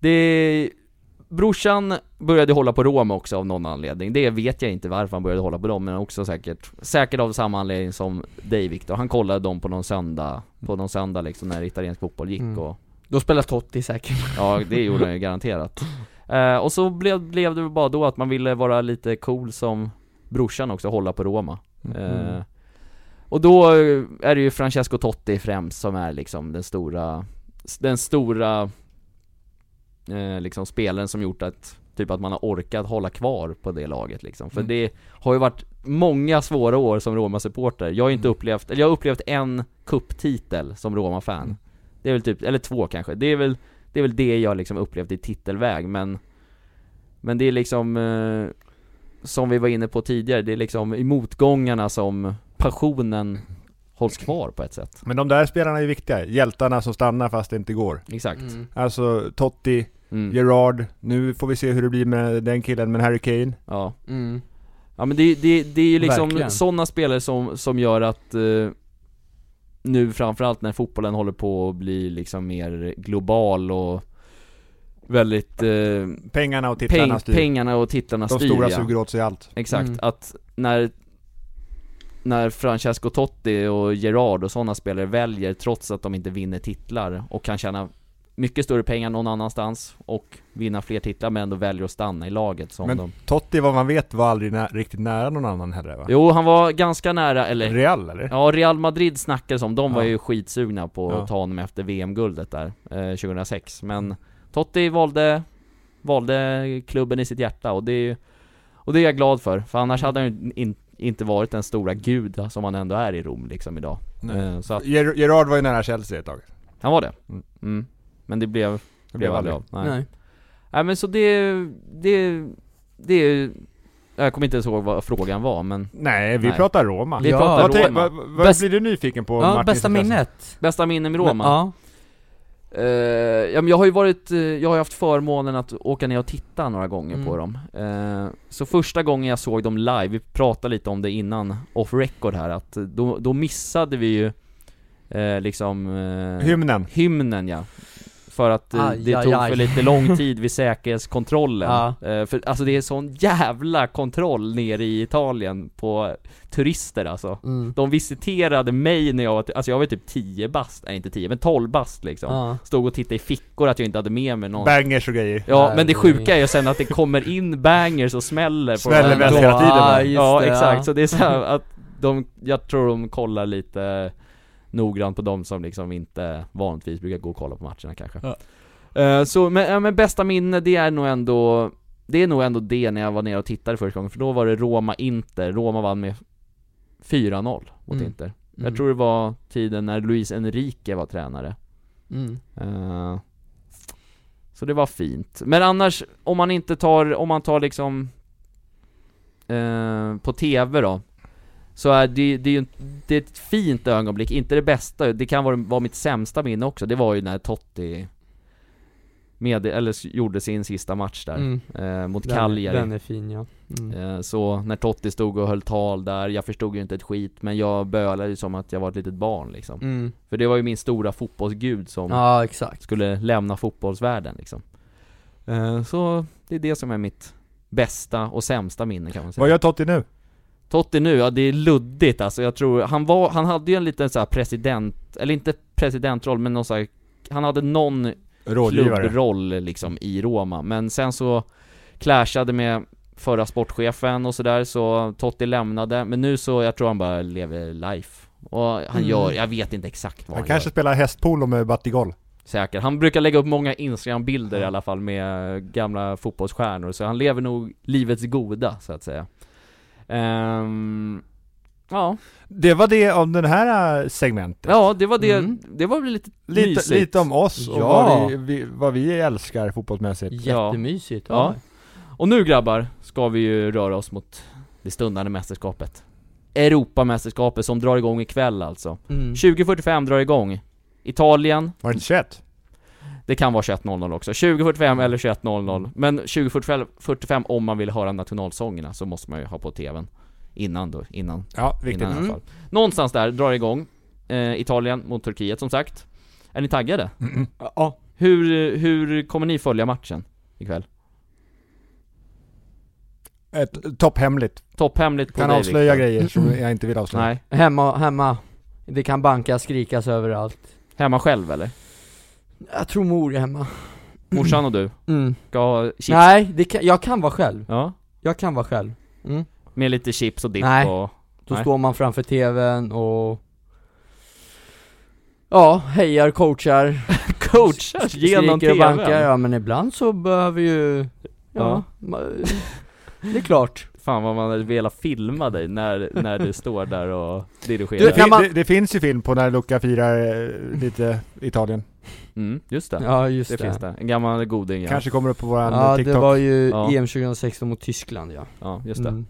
Det... Brorsan började hålla på Roma också av någon anledning. Det vet jag inte varför han började hålla på dem, men också säkert, säkert av samma anledning som dig Viktor. Han kollade dem på någon söndag, på någon söndag liksom när italiensk fotboll gick Mm. och, Då spelar Totti säkert. ja det gjorde han ju garanterat. Eh, och så blev, blev det väl bara då att man ville vara lite cool som brorsan också, hålla på Roma. Mm. Eh, och då eh, är det ju Francesco Totti främst som är liksom den stora, den stora eh, liksom spelaren som gjort att Typ att man har orkat hålla kvar på det laget liksom. För det har ju varit många svåra år som Roma-supporter. Jag har ju inte upplevt, eller jag har upplevt en kupptitel som Roma-fan. Det är väl typ, eller två kanske. Det är väl det, är väl det jag liksom upplevt i titelväg men Men det är liksom eh, Som vi var inne på tidigare, det är liksom i motgångarna som passionen hålls kvar på ett sätt Men de där spelarna är viktiga. Hjältarna som stannar fast det inte går. Exakt Mm. Alltså Totti, mm. Gerard. Nu får vi se hur det blir med den killen, men Harry Kane. Ja, Mm. ja men det, det, det är ju liksom Verkligen. sådana spelare som, som gör att eh, Nu framförallt när fotbollen håller på att bli liksom mer global och Väldigt eh, Pengarna och titlarna peng, styr. Pengarna och tittarna de styr stora ja. suger åt sig allt. Exakt, Mm. att när när Francesco Totti och Gerard och sådana spelare väljer trots att de inte vinner titlar och kan tjäna mycket större pengar någon annanstans och vinna fler titlar men ändå väljer att stanna i laget som Men- de Totti, vad man vet, var aldrig nä- riktigt nära någon annan heller va? Jo, han var ganska nära, eller Real eller? Ja, Real Madrid snackades om, de var Ja. ju skitsugna på Ja. att ta honom efter VM-guldet där, eh, 2006 Men Totti valde, valde klubben i sitt hjärta och det är ju, Och det är jag glad för, för annars hade han ju in, inte varit den stora gud som han ändå är i Rom liksom idag Nej. eh, Så att, Ger- Gerard var ju nära Chelsea ett tag. han var det Mm. mm. Men det blev, Det blev aldrig av Nej. Nej. Nej. men så det, det, det är ju- Jag kommer inte ens ihåg vad frågan var men Nej, vi Nej. pratar Roma. Vi Ja. pratar Vad, tänk- Roma, vad, vad Bäst- blir du nyfiken på Ja, Martins bästa intresse? minnet. bästa minnen med Roma Ja. Eh, ja, men jag har ju varit, eh, jag har ju haft förmånen att åka ner och titta några gånger på Mm. dem. Eh, så första gången jag såg dem live, vi pratade lite om det innan off record här, att då, då missade vi ju eh, liksom eh, Hymnen. hymnen ja. För att eh, Aj, det aj, tog aj. för lite lång tid vid säkerhetskontrollen. Ja. Eh, för alltså det är sån jävla kontroll nere i Italien på turister alltså. Mm. De visiterade mig när jag var, alltså jag var typ 10 bast, nej inte 10 men 12 bast liksom. Ja. Stod och tittade i fickor att jag inte hade med mig någon Bangers och grejer. Ja men det sjuka är ju sen att det kommer in bangers och smäller på Smäller de här- väl hela tiden, va? Ja, Ah, just Ja det, exakt, ja. så det är så här att de, jag tror de kollar lite noggrant på de som liksom inte vanligtvis brukar gå och kolla på matcherna kanske Ja. Eh, Så, men, ja, men bästa minne det är nog ändå Det är nog ändå det när jag var nere och tittade första gången, för då var det Roma-Inter, Roma vann med 4-0 mot Mm. Inter Mm. Jag tror det var tiden när Luis Enrique var tränare Mm. Eh, Så det var fint. Men annars, om man inte tar, om man tar liksom eh, På TV då Så är det, det är ju en- det är ett fint ögonblick, inte det bästa, det kan vara, vara mitt sämsta minne också, det var ju när Totti med, eller s- gjorde sin sista match där, Mm. eh, mot Den- Cagliari Den är fin ja. Mm. Eh, Så när Totti stod och höll tal där, jag förstod ju inte ett skit, men jag bölade ju som att jag var ett litet barn liksom Mm. För det var ju min stora fotbollsgud som Ja exakt. skulle lämna fotbollsvärlden liksom. Eh, Så det är det som är mitt bästa och sämsta minne kan man säga. Vad gör Totti nu? Totti nu, ja det är luddigt alltså. Jag tror, han var, han hade ju en liten så här president, eller inte presidentroll men någon så här, han hade någon Rådgivare. klubbroll liksom i Roma. Men sen så clashade med förra sportchefen och sådär så Totti lämnade. Men nu så, jag tror han bara lever life. Och han Mm. gör, jag vet inte exakt vad Han han, kanske gör. spelar hästpolo med Battigol. Säkert. Han brukar lägga upp många Instagram-bilder i alla fall med gamla fotbollsstjärnor, så han lever nog livets goda, så att säga. Ehm, ja. Det var det om den här äh, segmentet. ja, det var det. Mm. Det var väl lite mysigt. Lite, lite om oss och Ja. vad, vi, vi, vad vi älskar fotbollsmässigt. Ja. Jättemysigt. Ja. Och nu grabbar, ska vi ju röra oss mot det stundande mästerskapet. Europamästerskapet som drar igång ikväll alltså. Mm. 2045 drar igång. Italien, Var det inte 21? Det kan vara 21.00 också, 20.45 eller Mm. 21.00 Men 20.45 om man vill höra nationalsångerna så måste man ju ha på TVn Innan då, innan, Ja, viktigt. innan i alla Mm. fall Någonstans där drar det igång eh, Italien mot Turkiet som sagt Är ni taggade? Ja. Hur, hur kommer ni följa matchen ikväll? Ett, topphemligt. Topphemligt på Kan dig, avslöja Viktor. grejer som jag inte vill avslöja. Nej, Hemma, hemma. Det kan bankas, skrikas överallt. hemma själv eller? Jag tror mor är hemma. Morsan och du Mm. ska ha chips? Nej, det kan, jag kan vara själv. Ja, Jag kan vara själv. Mm. med lite chips och dipp Nej. och... Då Nej. står man framför tvn och... Ja, hejar, coachar, Coachar genom skriker och TVn! bankar. Ja men ibland så behöver ju Ja. Ja, ma- det är klart. Fan vad man hade velat filma dig när, när du står där och Det, dirigerar. kan man- det, det finns ju film på när Luca firar eh, lite Italien. Mm, just det. Ja just det, det. finns det. En gammal goding ja. Kanske kommer upp på våran Ja eh, TikTok. det var ju Ja. EM 2016 mot Tyskland ja. Ja, just det. Mm.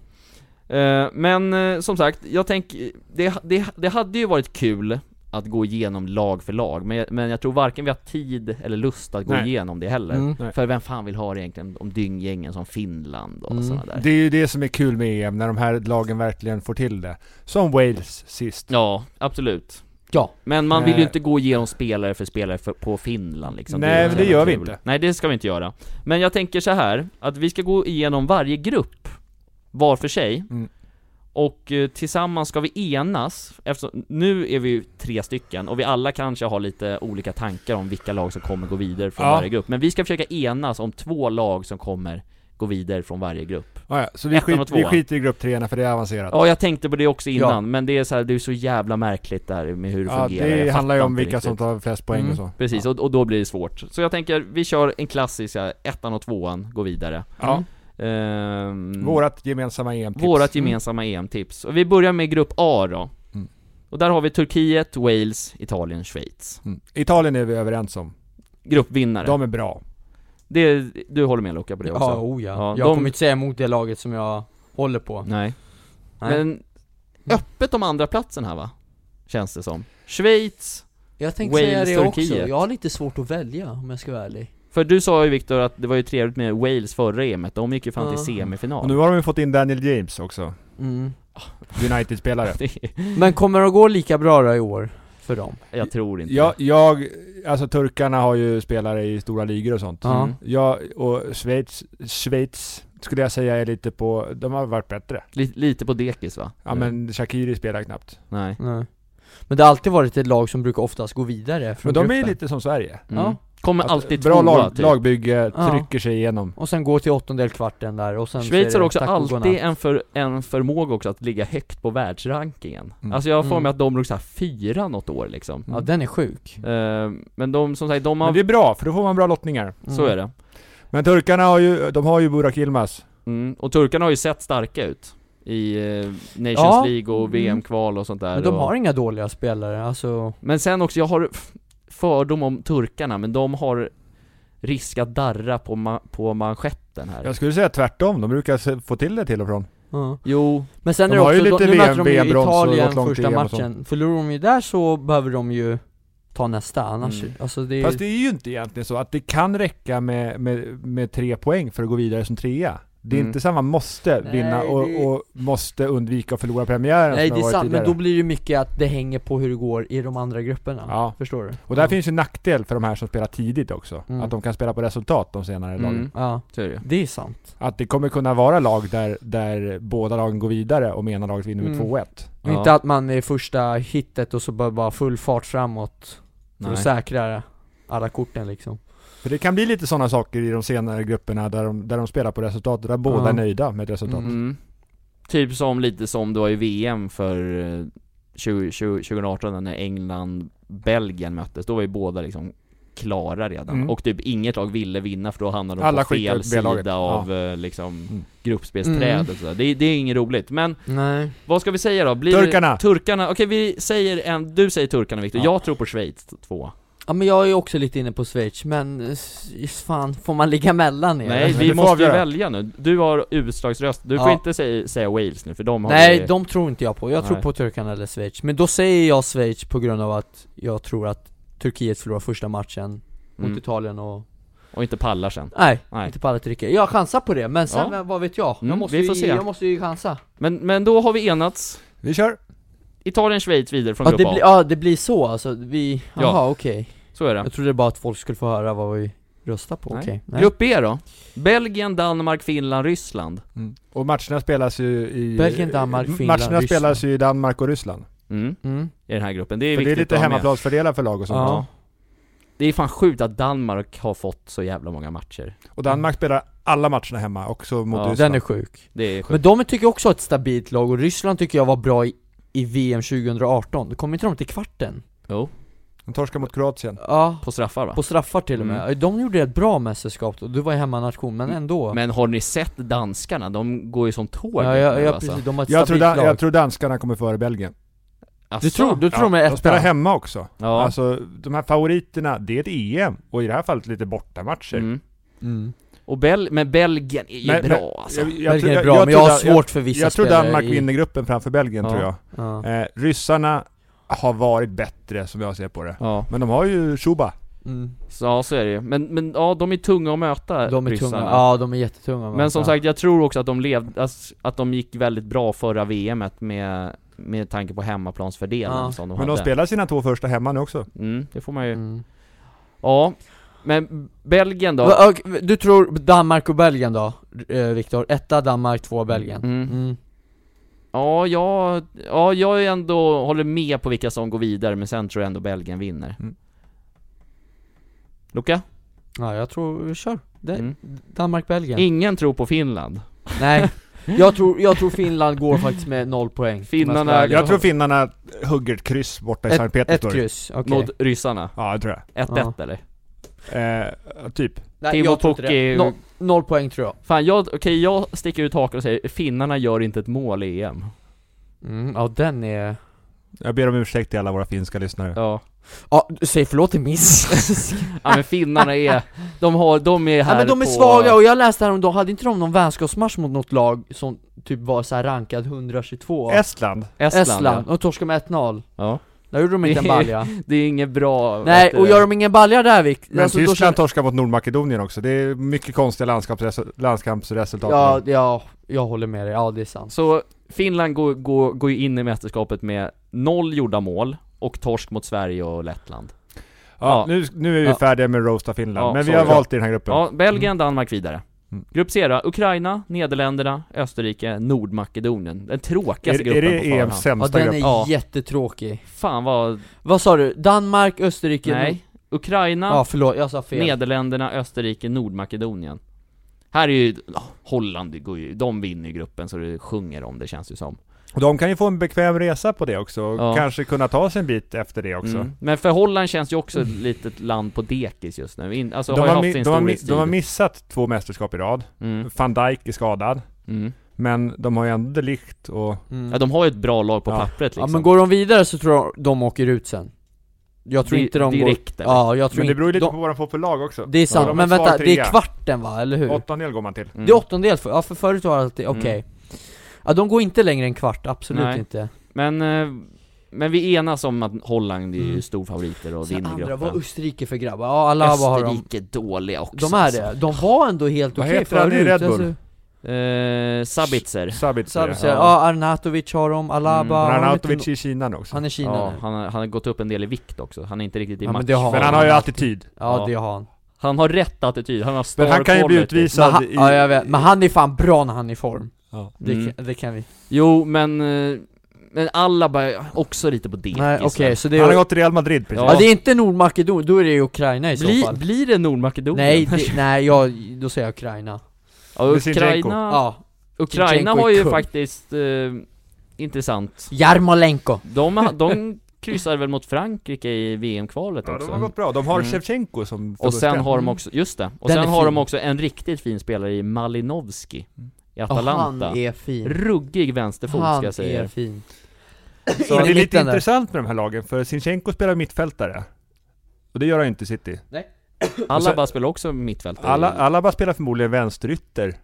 Eh, men eh, som sagt, jag tänker, det, det, det hade ju varit kul att gå igenom lag för lag, men, jag- men jag tror varken vi har tid eller lust att gå Nej. igenom det heller. Mm. Nej. För vem fan vill ha det egentligen om dynggängen som Finland och Mm. sådana där? Det är ju det som är kul med EM, när de här lagen verkligen får till det. Som Wales sist. Ja, absolut. Ja. Men man vill ju Eh. inte gå igenom spelare för spelare för, på Finland liksom. Nej, är ju men så det jävla gör vi kul. inte. Nej, det ska vi inte göra. Men jag tänker så här att vi ska gå igenom varje grupp, var för sig. Mm. Och eh, tillsammans ska vi enas, eftersom nu är vi ju tre stycken och vi alla kanske har lite olika tankar om vilka lag som kommer gå vidare från Ja. varje grupp. Men vi ska försöka enas om två lag som kommer gå vidare från varje grupp. Ah, ja. Så vi, Ettan och skit, vi tvåan. skiter i grupp treorna för det är avancerat. Ja, jag tänkte på det också innan, Ja. men det är så här, det är så jävla märkligt där med hur det Ja, fungerar. det Jag handlar ju fattar om inte vilka riktigt. som tar flest poäng Mm. och så. Precis, Ja. och, och då blir det svårt. Så jag tänker, vi kör en klassisk, ja, ettan och tvåan, gå vidare. Ja. Ehm, Vårat gemensamma E EM-tips. vårat gemensamma EM-tips. Och vi börjar med grupp A då. Mm. Och där har vi Turkiet, Wales, Italien, Schweiz. Mm. Italien är vi överens om. Gruppvinnare. De är bra. Det, du håller med Luca på det också? Ja, oh ja. Ja, jag de- kommer inte säga emot det laget som jag håller på. Nej. Nej. Men öppet om andra platsen här va? Känns det som. Schweiz, Jag tänkte Wales, säga det också, Turkiet. jag har lite svårt att välja om jag ska vara ärlig för du sa ju Viktor att det var ju trevligt med Wales förra EMet, de gick ju fan till Ja. semifinal. Och nu har de ju fått in Daniel James också. United-spelare. Det- Mm. Men kommer det att gå lika bra då i år? För dem? jag tror inte jag, jag, alltså turkarna har ju spelare i stora ligor och sånt. Ja. Mm. Jag och Schweiz, Schweiz skulle jag säga är lite på, de har varit bättre. Lite, lite på dekis va? Ja Mm. men Shakiri spelar knappt. Nej. Nej. Men det har alltid varit ett lag som brukar oftast gå vidare från Men de är gruppen. ju lite som Sverige. Mm. Ja. Kommer Att alltid Alltså, bra tvåa lag, typ. lagbygge, Ja. trycker sig igenom. Och sen gå till åttondelkvarten där och sen så Schweiz är har det också tack och alltid godnatt. en, för, en förmåga också att ligga högt på världsrankingen. Mm. Alltså jag får Mm. mig att de låg såhär fyra något år liksom. Ja den är sjuk Eh, men de, som sagt, de har... Men det är bra, för då får man bra lottningar. Mm. Så är det. Men turkarna har ju, de har ju Burak Yilmaz. Mm. Och turkarna har ju sett starka ut. I eh, Nations Ja. League och Mm. VM-kval och sånt där. Men de och... har inga dåliga spelare, alltså Men sen också, jag har f- fördom om turkarna, men de har risk att darra på, ma- på manschetten här. Jag skulle säga tvärtom, de brukar se- få till det till och från. ja. Jo, Men sen De är det har ju också, lite de, nu möter de ju VM-brons och gått Italien långt i första EM och matchen Förlorar de ju där så behöver de ju ta nästa, annars, Mm. alltså det är Fast det är ju inte egentligen så att det kan räcka med, med, med tre poäng för att gå vidare som trea. Det är Mm. inte samma måste Nej, vinna det- och, och måste undvika att förlora premiären Nej som det har är varit sant, men tidigare. då blir det mycket att det hänger på hur det går i de andra grupperna Ja. Förstår du? Och där ja. finns ju en nackdel för de här som spelar tidigt också. Mm. Att de kan spela på resultat de senare lagen. mm. Ja, så är det ju. det är sant Att det kommer kunna vara lag där, där båda lagen går vidare om ena laget vinner med Mm. 2-1. Och Ja. Inte att man är första hittet och så bara, bara full fart framåt för Nej. att säkra alla korten liksom För det kan bli lite sådana saker i de senare grupperna där de, där de spelar på resultat, där båda Ja. är nöjda med resultatet. Mm. Mm. Typ som lite som det var i VM för eh, 20, 20, 2018 när England, Belgien möttes, då var ju båda liksom klara redan. Mm. Och typ inget lag ville vinna för då hamnade de Alla på skickade fel ut B-laget. sida Ja. av eh, liksom Mm. gruppspelsträdet och sådär. det, det är inget roligt. Men Nej vad ska vi säga då? Blir Turkarna! Det, Ah. turkarna, okej vi säger en, du säger turkarna Viktor, Ja. jag tror på Schweiz två. Ja men jag är också lite inne på Schweiz, men eh, s- fan, får man ligga mellan er? Nej men vi du får måste ju avgöra. välja nu, du har utslagsröst, du får Ja. inte säga, säga Wales nu för de har Nej, ju- de tror inte jag på. Jag tror Nej. på Turkarna eller Schweiz. Men då säger jag Schweiz på grund av att jag tror att Turkiet förlorar första matchen Mm. mot Italien och... och inte pallar sen. Nej, Nej. inte på alla trycker. Jag chansar på det, men sen, Ja. vad vet jag? Mm, jag, måste vi får ju, se. jag måste ju chansa. Men, men då har vi enats, Vi kör! Italien-Schweiz vidare från Ja det, grupp A. blir, ja, det blir så alltså. Vi... Ja. Jaha, okej. Så är det. Jag trodde bara att folk skulle få höra vad vi röstar på. Nej. Okej. Grupp B då? Belgien, Danmark, Finland, Ryssland. Mm. Och matcherna spelas ju i... Belgien, Danmark, m- Finland, Matcherna Ryssland. spelas ju i Danmark och Ryssland. Mm, Mm. i den här gruppen. Det är För det är viktigt lite att ha med. hemmaplansfördelar för lag och sånt. Ja. Det är fan sjukt att Danmark har fått så jävla många matcher. Och Danmark spelar alla matcherna hemma, också mot Ja. Ryssland. Den är sjuk. Det är sjukt. Men de tycker jag också har ett stabilt lag och Ryssland tycker jag var bra i, i VM 2018, då kom inte de till kvarten? Jo. De torskar mot Kroatien. Ja, På straffar va? på straffar till och med. Mm. De gjorde ett bra mästerskap då, du var hemmanation, men ändå. Men har ni sett danskarna? De går ju som tåg ja, nu, ja, ja alltså. precis, de har ett Jag tror, da, stabilt lag. jag tror danskarna kommer före Belgien. Asså? Du tror, du tror de är De spelar etta? hemma också. Ja. Alltså, de här favoriterna, det är ett EM. Och i det här fallet lite bortamatcher. Mm. Mm. Och Bel men Belgien är ju typ. Men- bra alltså. Jag, Jag, tror- är bra, men jag tror har Dan- svårt för vissa Jag tror spelare Danmark i- vinner gruppen framför Belgien Ja. tror jag. Ja. Eh, ryssarna har varit bättre som jag ser på det. Ja, Men de har ju Shuba. Mm. så, ja, så är det ju. Men, men ja, de är tunga att möta, De är tunga, ryssarna. ja de är jättetunga Men som sagt, jag tror också att de levde, att- att de gick väldigt bra förra VMet med, med tanke på hemmaplansfördelen Ja. som de Men hade. de spelar sina två första hemma nu också. Mm, det får man ju. mm. Ja. Men Belgien då? Va- och- Du tror Danmark och Belgien då, eh, Viktor? Etta Danmark, två Belgien Mm. Mm. Ja, jag, ja, jag är ändå, håller med på vilka som går vidare, men sen tror jag ändå Belgien vinner. Mm. Luca? Ja, jag tror, vi kör. Det- Mm. Danmark, Belgien Ingen tror på Finland. Nej, jag tror, jag tror Finland går faktiskt med noll poäng Finnarna- Om jag ska vara Jag ärlig. tror finnarna hugger ett kryss borta i Sankt Ett Petersburg. kryss, okej Mot ryssarna. Ja, det tror jag. 1-1 eller? Eh, typ. Nej, Timo jag tror inte det. Pukki- Noll, noll poäng tror jag Fan jag, okej jag sticker ut hakan och säger finnarna gör inte ett mål i EM. mm, Ja den är... Jag ber om ursäkt till alla våra finska lyssnare. Ja. Ja, du säger förlåt till miss ja men finnarna är, de har, de är här Ja men de är på, svaga och jag läste häromdagen, hade inte de någon vänskapsmatch mot något lag som typ var så här rankad 122? Estland. Estland. Estland, och torskade med 1-0 Ja. Där gjorde de inte en Det är- balja ja. Det är inget bra. vet Nej, du och det. gör de ingen balja där Vic, Men alltså, då Tyskland känner- torskar mot Nordmakedonien också. Det är mycket konstiga landskapsresu- landskampsresultat. Ja, ja, jag håller med dig, ja det är sant Så Finland går, går, går ju in i mästerskapet med noll gjorda mål och torsk mot Sverige och Lettland. Ja, nu, nu är vi Ja. färdiga med roasta Finland. Ja, men vi sorry. har valt i den här gruppen. Ja, Belgien, Danmark vidare. Mm. Grupp C då, Ukraina, Nederländerna, Österrike, Nordmakedonien. Den tråkigaste är, är gruppen E det på EMs förhand. Ja sämsta den grupp? är Ja. jättetråkig Fan vad, Vad sa du? Danmark, Österrike? nej. Ukraina, Ja förlöt, jag sa fel Nederländerna, Österrike, Nordmakedonien. Här är ju, ja, Holland det går ju, de vinner ju gruppen så det sjunger om det känns ju som. Och De kan ju få en bekväm resa på det också. och Ja. Kanske kunna ta sig en bit efter det också. Mm. Men för Holland känns ju också ett litet land på dekis just nu. In, alltså De, har ju har haft mi- sin de, har mi- storhetstid. de har missat två mästerskap i rad. mm. Van Dijk är skadad. Mm. Men de har ju ändå delikt och... Mm. Ja de har ju ett bra lag på Ja. pappret Ja liksom. men går de vidare så tror jag de åker ut sen Jag tror Di- inte de direkt, går... eller? Ja, jag tror Men det inte- beror ju lite de... på vad de får för lag också. Det är sant, Ja, de men har ett vänta, svar det är trea. kvarten va, eller hur? Åttondel går man till. Mm. Det är åttondel, för, ja för förut var det alltid, Mm. okej Ja de går inte längre än kvart, absolut Nej. inte Men, eh, men vi enas om att Holland är ju Mm. storfavoriter och Sen vinner andra, gruppen. vad Österrike för grabbar? Ja alla har de Österrike dåliga också. De är det, de var ändå helt Vad okej heter han i förut Red Bull? alltså. Eh, Sabitzer. Sabitzer. Sabitzer, ja. Arnautovic har de, Alaba Mm, har de Ranautovic inte... i Kina nu också. Han är Kina Ja, nu. han, har- han har gått upp en del i vikt också. Han är inte riktigt i Ja, match. men det har Men Ja, han har ju han- attityd. Ja, Ja. det har han Han har rätt attityd, han har star Men han kan ju bli quality. men, utvisad han, i... ja, jag vet. men han är fan bra när han är i form Ja. Det, Mm. kan, det kan vi Jo, men... eh, Men Alaba är också lite på dekis. Nej okej, va? så det Han har är gått till Real Madrid precis. Ja. det är inte Nordmakedonien, då är det ju Ukraina i så Bli, fall blir det Nordmakedonien? Nej, det, nej jag, då säger jag Ukraina Ja, med Zinchenko. Ukraina, Ja, Ukraina Zinchenko har är ju kung. faktiskt... Eh, intressant. Jarmolenko De, de kryssar väl mot Frankrike i VM-kvalet Ja, också. de har gått bra. De har Mm. Shevchenko som Och sen förbundskapten. har de också, just det, och Den sen är har de fin. också en riktigt fin spelare i Malinovski i Ja, Atalanta. Han är fin Ruggig vänsterfot ska Han jag säga. är fin Så In det i är lite mitten där. intressant med de här lagen, för Sinchenko spelar mittfältare. Och det gör han ju inte i City. Alaba spelar också mittfältare Alla, Alla... Alaba spelar förmodligen vänsterytter.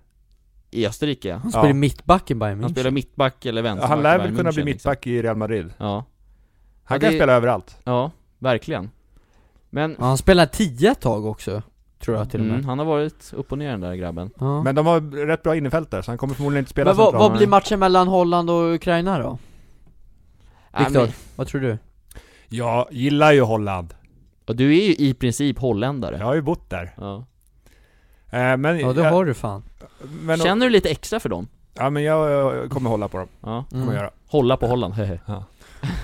i Österrike. ja. Han spelar Ja. mittback i Bayern Han München spelar mittback eller vänsterback. Han i lär Bayern väl kunna München, bli liksom. mittback i Real Madrid. Ja, Han Ja, kan det- spela överallt. ja, verkligen. Men, ja, Han spelar tia ett tag också, tror jag till och med mm, han har varit upp och ner den där grabben. ja. Men, Men de har rätt bra innerfältare, så han kommer förmodligen inte spela vad, centralt. vad blir matchen mellan Holland och Ukraina då? Ja, Viktor, men- vad tror du? Jag gillar ju Holland. Och du är ju i princip holländare. Jag har ju bott där. Ja. Eh, Men, Ja det jag, har du fan men, Känner du lite extra för dem? ja, men jag, jag kommer hålla på dem. Ja. Kommer mm. jag göra. Hålla på Holland, hehe.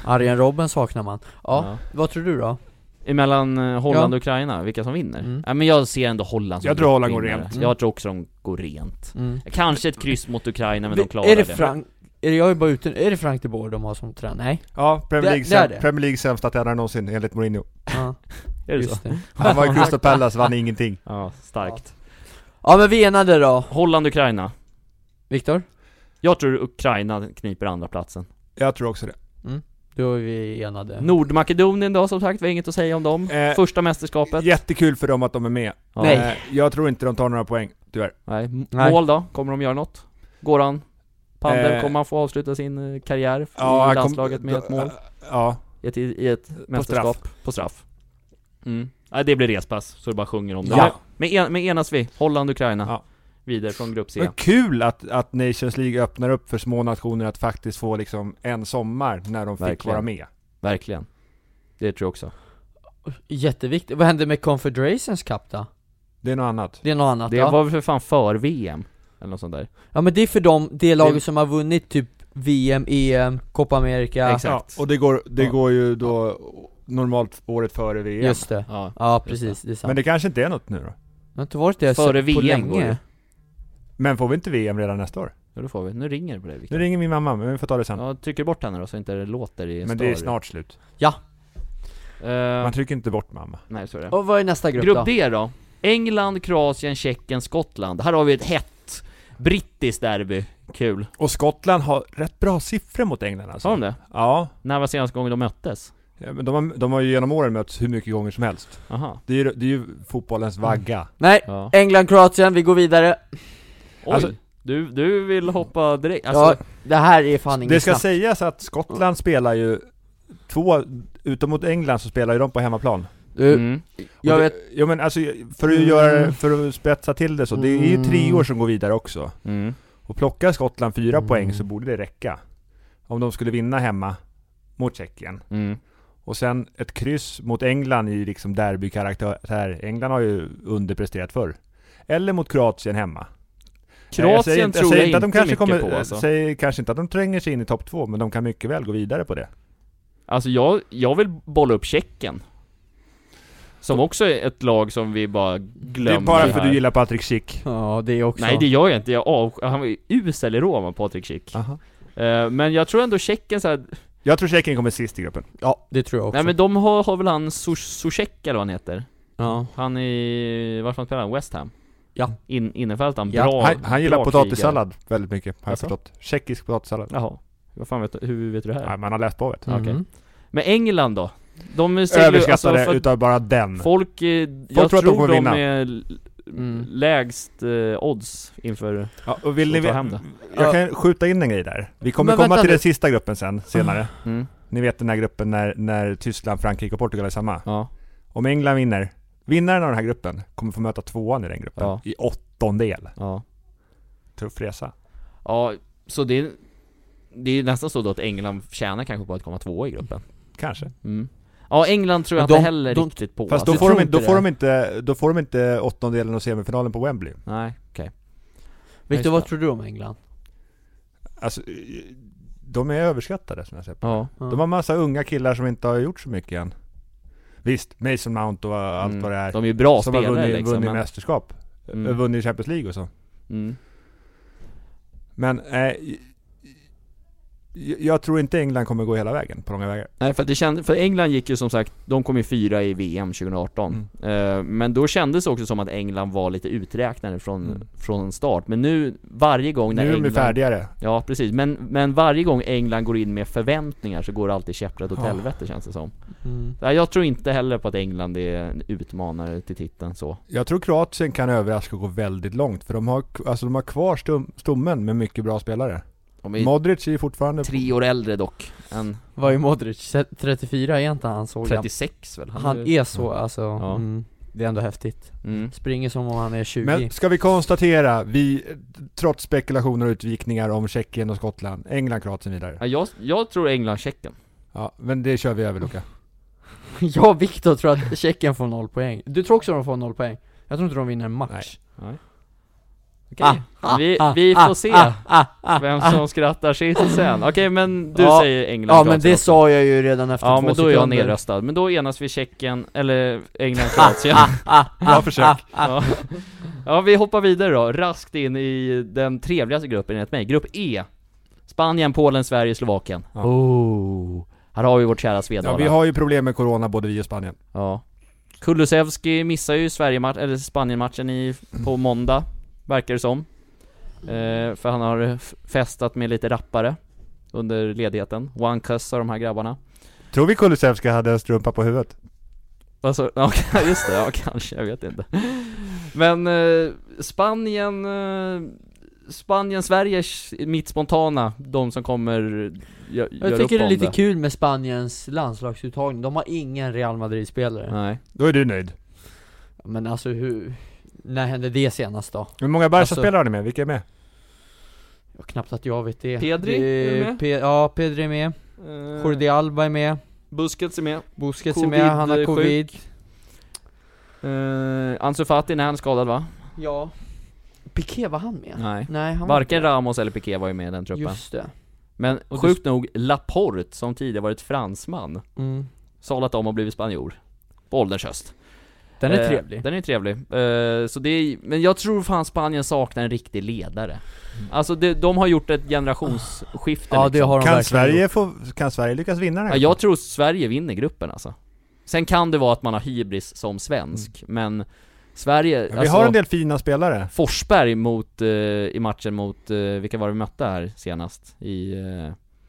Arjen Robben saknar man ja, Ja. vad tror du då? Emellan eh, Holland Ja. och Ukraina, vilka som vinner? Mm. Ja, men jag ser ändå Holland som Jag tror Holland går gruppvinnare. rent. Jag tror också de går rent. Mm. Kanske ett kryss mot Ukraina men Vi- de klarar är det, det. Frank- Är det, jag är bara ute, är det Frank de Boer de har som tränare? Nej? Ja, Premier Det- League, det är säm- det. Premier League sämsta tränare någonsin enligt Mourinho. Ja, Är det så? just det. Han var i Crystal Palace, vann ingenting. Ja, starkt. Ja men vi enade då, Holland-Ukraina. Viktor? Jag tror Ukraina kniper andra platsen. Jag tror också det. Då är vi enade. Nordmakedonien då som sagt, vi har inget att säga om dem. Eh, Första mästerskapet. Jättekul för dem att de är med. Ja. Nej. Eh, Jag tror inte de tar några poäng, tyvärr. Nej. M- Nej. Mål då? Kommer de göra något? Goran Pander, Eh. kommer han få avsluta sin eh, karriär i han kom- landslaget med ett mål? Ja, I ett, i ett mästerskap? På straff. Mm. Nej, det blir respass, så det bara sjunger om det. Ja. Men- Men, en, men enas vi, Holland-Ukraina. Ja. Vidare från grupp C. men kul att, att Nations League öppnar upp för små nationer att faktiskt få liksom en sommar när de fick Verkligen. vara med. Verkligen. Det tror jag också. Jätteviktigt. Vad hände med Confederations Cup då? Det är något annat. Det är något annat Det va? var väl för fan för VM? Eller något sånt där. Ja men det är för dem, det laget Det- som har vunnit typ VM, EM, Copa America Exakt. Ja, och det går, det Ja. går ju då normalt året före VM. Just det Ja. Ja precis, det är sant Men det kanske inte är något nu då? Det har inte varit det Före så- på VM går länge det. Men får vi inte VM redan nästa år? Ja, då får vi. Nu ringer det på dig Victor. Nu ringer min mamma, men vi får ta det sen. Ja, trycker bort henne då så inte det låter i en men det är snart slut. Eh, Man trycker inte bort mamma. nej, så är det. Och vad är nästa grupp, Grupp då? D då? England, Kroatien, Tjeckien, Skottland. Här har vi ett hett brittiskt derby. Kul. Och Skottland har rätt bra siffror mot England alltså. Sa de det? Ja. När var senaste gången de möttes? Ja, men de, har, de har ju genom åren mötts hur mycket gånger som helst. Aha. Det är ju, det är ju fotbollens Mm. vagga. Nej! Ja. England, Kroatien, vi går vidare Oj, Alltså- du, du vill hoppa direkt? Alltså, Ja, det här är fan Det inget ska snack sägas att Skottland spelar ju två, utom mot England så spelar ju de på hemmaplan. Du, mm. Och jag det, vet Mm. Jo men alltså, för att, göra, för att spetsa till det så, det är ju tre år som går vidare också. Mm. Och plockar Skottland fyra Mm. poäng så borde det räcka. Om de skulle vinna hemma mot Tjeckien. Mm. Och sen ett kryss mot England i liksom derbykaraktär. Så här, England har ju underpresterat förr. Eller mot Kroatien hemma. Nej, jag säger Kroatien inte- tror jag, säger inte, att de kanske mycket kommer, på alltså. jag säger kanske inte att de tränger sig in i topp två, men de kan mycket väl gå vidare på det. Alltså jag, jag vill bolla upp Tjeckien. Som också är ett lag som vi bara glömmer det är bara för här. att du gillar Patrik Schick. Ja det är också Nej det gör jag inte, jag av, han var ju usel i Roma, Patrik Schick. Eh, men jag tror ändå Tjeckien så här, Jag tror Tjeckien kommer sist i gruppen. Ja, det tror jag också nej men de har, har väl han Zuzek eller vad han heter? ja. Han i, varför spelar han? West Ham? Ja. In, innerfältaren, Ja. bra han, han gillar bra potatissallad väldigt mycket, har jag Alltså? förstått. Tjeckisk potatissallad. krigare. Jaha, vad fan vet du, hur vet du det här? Nej, man har läst på vet du. Okej. Mhm. Men England då? De seglar ju- alltså Överskattade för att utav bara den. folk, eh, jag tror tror, att de kommer de, vinna. är l- Mm. lägst eh, odds inför... Ja, och vill ni Och ta veta- hem det. Jag kan skjuta in en grej där. Vi kommer Men komma vänta till nu. den sista gruppen sen, senare. Mm. Ni vet den här gruppen när, när Tyskland, Frankrike och Portugal är samma. Ja. Om England vinner, vinnaren av den här gruppen kommer få möta tvåan i den gruppen. Ja. I åttondel. Ja. Tuff resa. Ja, så det... Det är nästan så då att England tjänar kanske på att komma tvåa i gruppen. Kanske. Mm. Ja, England tror jag Men de- inte heller de- riktigt på. Fast alltså. då du får, tror de, inte- då, inte får det? de inte, då får de inte åttondelen och semifinalen på Wembley. Nej, okej. Viktor, Just vad det. tror du om England? Alltså, de är överskattade som jag säger. Ja. Ja. De har massa unga killar som inte har gjort så mycket än. Visst, Mason Mount och allt Mm. vad det är. De är ju bra som har spelare vunnit, liksom. vunnit men- mästerskap. Eh, Mm. Vunnit Champions League och så. Mm. Men eh, j- j- jag tror inte England kommer gå hela vägen på långa vägar. Nej för att det kändes, för England gick ju som sagt, de kom ju fyra i VM 2018 Mm. Eh, Men då kändes det också som att England var lite uträknade från, Mm. från start Men nu, varje gång när Nu är de England ju färdigare. Ja precis, men, men varje gång England går in med förväntningar så går det alltid käpprätt åt Ja. helvete känns det som Mm. Nej, Jag tror inte heller på att England är en utmanare till titeln så Jag tror Kroatien kan överraska och gå väldigt långt. För de har, alltså de har kvar stum, stommen med mycket bra spelare. De är Modric är ju fortfarande... tre år äldre dock, än Vad är Modric? 34 är inte han så gammal? 36 väl? Han är så alltså, Ja. mm, det är ändå häftigt mm. Springer som om han är 20 Men ska vi konstatera, vi, trots spekulationer och utvikningar om Tjeckien och Skottland, England, Kroatien vidare. ja, jag, jag tror England-Tjeckien Ja, men det kör vi över Luka. Jag och Viktor tror att Tjeckien får noll poäng Du tror också de får noll poäng? Jag tror inte de vinner en match Okej. Ah, vi, ah, vi ah, får se ah, ah, ah, vem ah. som skrattar sist sen. Okej men du Ja. säger England Ja men Kroatien det också. sa jag ju redan efter Ja två men då är jag sekunder Ah, nedröstad. Men då enas vi Tjeckien, eller England Kroatien. Bra försök. ja. ja vi hoppar vidare då, raskt in i den trevligaste gruppen enligt mig. Grupp E. Spanien, Polen, Sverige, Slovakien. Ja. Oh. Här har vi vårt kära Svedala. Ja, vi har ju problem med Corona både vi och Spanien. Ja. Kulusevski missar ju Sverige eller Spanien-matchen i, Mm. på måndag, verkar det som. Eh, för han har f- festat med lite rappare under ledigheten. One Cuss och de här grabbarna. Tror vi Kulusevska hade en strumpa på huvudet? Alltså, ja just det, ja kanske, jag vet inte. Men eh, Spanien, eh, Spanien, Sverige, mitt spontana, de som kommer gö- gör Jag upp tycker det är om lite kul med Spaniens landslagsuttagning, de har ingen Real Madrid-spelare Nej. Då är du nöjd. Men alltså hur, när hände det senast då? Hur många Alltså- Barca-spelare har ni med? Vilka är med? Ja, knappt att jag vet det Pedri, det, är du med? Eh. Pe- Ja, Pedri är med, Jordi Alba är med, Busquets är med. Busquets är med, han har Covid-sjuk. covid Eh, Ansu Fati, när han är skadad va? Ja Piqué, var han med? Nej. Nej han var Varken Ramos eller Piqué var ju med i den truppen. Just det Men Och sjukt nog, Laporte, som tidigare varit fransman, mm. sadlat om och blivit spanjor. På ålderns höst. Den är Eh, trevlig Den är trevlig. Eh, så det är, men jag tror fan Spanien saknar en riktig ledare. Mm. Alltså det, de har gjort ett generationsskifte Ja det liksom. har de Kan verkligen gjort. Sverige, få, kan Sverige lyckas vinna den ja, här? Jag tror Sverige vinner gruppen alltså. Sen kan det vara att man har hybris som svensk, Mm. men Sverige, Vi alltså, har en del fina spelare. Forsberg mot, eh, i matchen mot, eh, vilka var det vi mötte här senast? I, eh,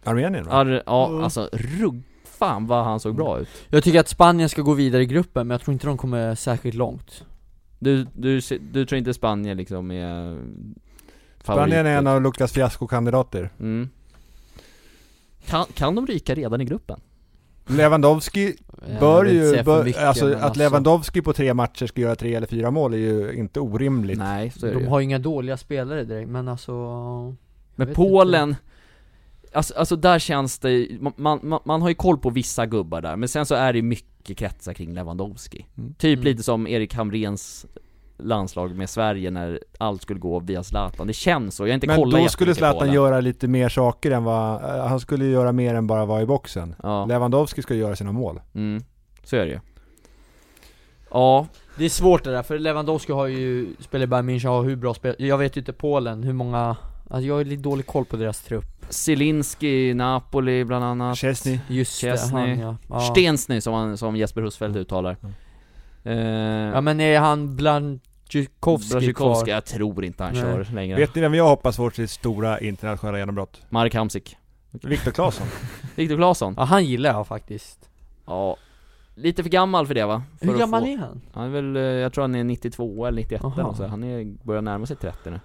Armenien va? Ar- ja Mm. alltså rugg, fan vad han såg bra ut. Jag tycker att Spanien ska gå vidare i gruppen, men jag tror inte de kommer särskilt långt Du, du, se- du tror inte Spanien liksom är eh, favoriter? Spanien är en av Lucas Fiasco-kandidater. mm. kan, kan de ryka redan i gruppen? Lewandowski Eh, Jag bör vill inte ju, säga för bör, mycket, alltså men att Lewandowski på tre matcher ska göra tre eller fyra mål är ju inte orimligt. Nej, så är det De ju. har ju inga dåliga spelare direkt, men alltså... jag Men vet Polen, alltså, alltså där känns det, man, man, man har ju koll på vissa gubbar där, men sen så är det mycket kretsar kring Lewandowski. Typ Mm. lite som Erik Hamrens landslag med Sverige när allt skulle gå via Zlatan, det känns så, jag har inte Men kollat då jättemycket skulle på Zlatan det. göra lite mer saker än vad, eh, han skulle göra mer än bara vara i boxen. Ja, Lewandowski ska göra sina mål. mm, så är det ju. Ja, Det är svårt det där, för Lewandowski har ju, spelar i Bayern München, har hur bra spel, jag vet ju inte Polen, hur många, alltså jag har lite dålig koll på deras trupp Zielinski, Napoli bland annat Chesney. Just Chesney. det, han ja, ja. Mm. Stensny som, han, som Jesper Husfeldt uttalar Eh, Ja men är han bland Tjukovskij Brasjikovskij, kvar? jag tror inte han Nej. kör längre Vet ni vem jag hoppas får sitt stora internationella genombrott? Mark Hamsik Viktor Claesson. Viktor Claesson Ja han gillar jag faktiskt Ja Lite för gammal för det va? För Hur att gammal få- är han? han? är väl, eh, jag tror han är 92 eller 91 Aha. eller nåt så han är, börjar närma sig 30 nu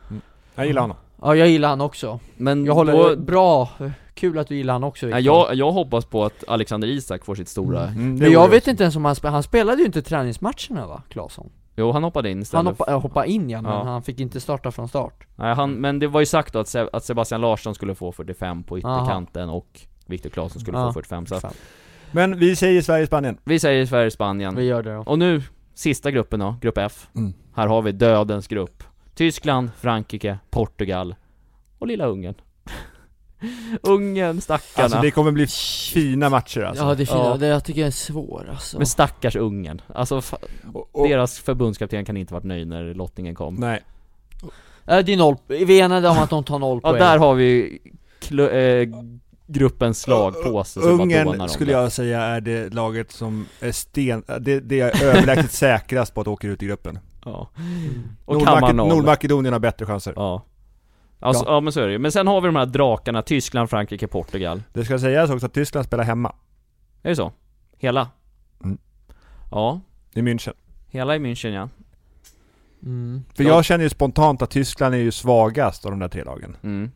Jag gillar honom. Mm, Ja jag gillar han också, Men jag håller, då, bra, kul att du gillar han också ja, Viktor. jag, jag hoppas på att Alexander Isak får sitt stora Mm, det Men jag vore- vet inte ens om han spelade, han spelade ju inte träningsmatcherna va, Claesson? Jo han hoppade in istället Han hoppa, äh, hoppade in ja, men Ja. han fick inte starta från start Nej, han, men det var ju sagt då att, Se- att Sebastian Larsson skulle få 45 på ytterkanten och Viktor Claesson skulle Ja. få 45 så att- Fan. Men vi säger Sverige-Spanien. Vi säger Sverige-Spanien Vi gör det då Och nu, sista gruppen då, grupp F Mm. Här har vi dödens grupp Tyskland, Frankrike, Portugal och lilla Ungern Ungern, stackarna Alltså det kommer bli fina matcher alltså. Ja det är fina, Ja. det jag tycker jag är svår alltså Men stackars Ungern, alltså fa- Och- och- deras förbundskapten kan inte varit nöjd när lottningen kom Nej. Äh, det är noll, vi är enade om att de tar noll Ja poäng där har vi klu- eh, gruppens slagpåse som bara dånar om Ungern skulle det. jag säga är det laget som är sten... Det, det är överlägset säkrast på att åka ut i gruppen. ja. Mm. Och kammar Nordmake- noll. Nordmakedonien har bättre chanser. Ja Alltså, ja. men så är det ju. Men sen har vi de här drakarna, Tyskland, Frankrike, Portugal Det ska sägas också att Tyskland spelar hemma Är det så? Hela? Mm. Ja, i München. hela i München ja mm. För jag känner ju spontant att Tyskland är ju svagast av de där tre lagen. mm.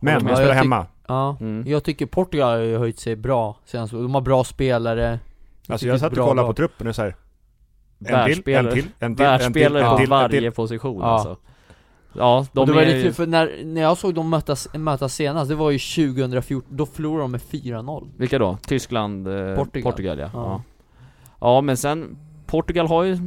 Men Ja, de spelar jag tyck- hemma. Ja, Mm. jag tycker Portugal har ju höjt sig bra senast, de har bra spelare Alltså tycker jag det är satt och bra kollade på lag. truppen och så här. En till, en Världsspelare. till, en till, en till, Världsspelare en på till, en varje till. position Ja. alltså Ja, de och det var är lite ju, kul för när, när jag såg dem mötas, mötas senast, det var ju 2014, då förlorade de med 4-0 vilka då? Tyskland, eh, Portugal, Portugal. ja. ja Ja. Ja men sen, Portugal har ju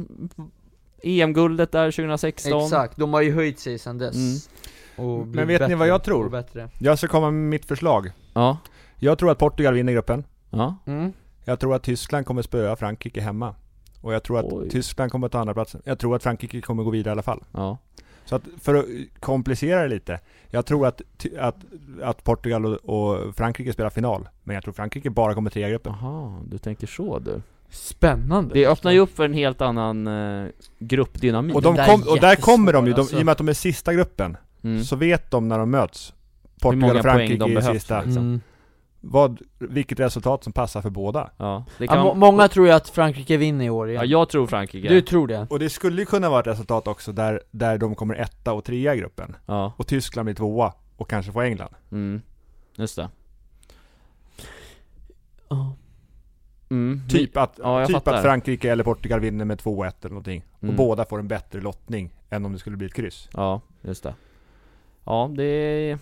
EM-guldet där 2016 Exakt, de har ju höjt sig sedan dess och blivit Men vet ni bättre vad jag tror? och Bättre. Jag ska komma med mitt förslag. Ja, Jag tror att Portugal vinner gruppen. ja, Mm. Jag tror att Tyskland kommer spöa Frankrike hemma. Och jag tror att Oj. Tyskland kommer ta andra platsen. Jag tror att Frankrike kommer gå vidare i alla fall. ja Så att för att komplicera det lite. Jag tror att, att, att Portugal och, och Frankrike spelar final. Men jag tror Frankrike bara kommer trea i gruppen. Jaha, du tänker så du. Spännande! Det öppnar ju upp för en helt annan eh, gruppdynamik. Och, de där alltså. är kom, och där kommer de ju, de, jättesvårt, i och med att de är sista gruppen, Mm. så vet de när de möts. många Portugal poäng och Frankrike de är behövt, sista. liksom. Mm. Vad, vilket resultat som passar för båda. Ja, det Ja, kan... må- många tror ju att Frankrike vinner i år ja, igen. jag tror Frankrike. Du tror det? Och det skulle ju kunna vara ett resultat också där, där de kommer etta och trea i gruppen. Ja, Och Tyskland blir tvåa och kanske får England. mm. Just det. Ja. Mm. Typ att, ja, jag typ fattar. att Frankrike eller Portugal vinner med 2-1 eller någonting. Mm. Och båda får en bättre lottning än om det skulle bli ett kryss. Ja, just det. Ja, det är...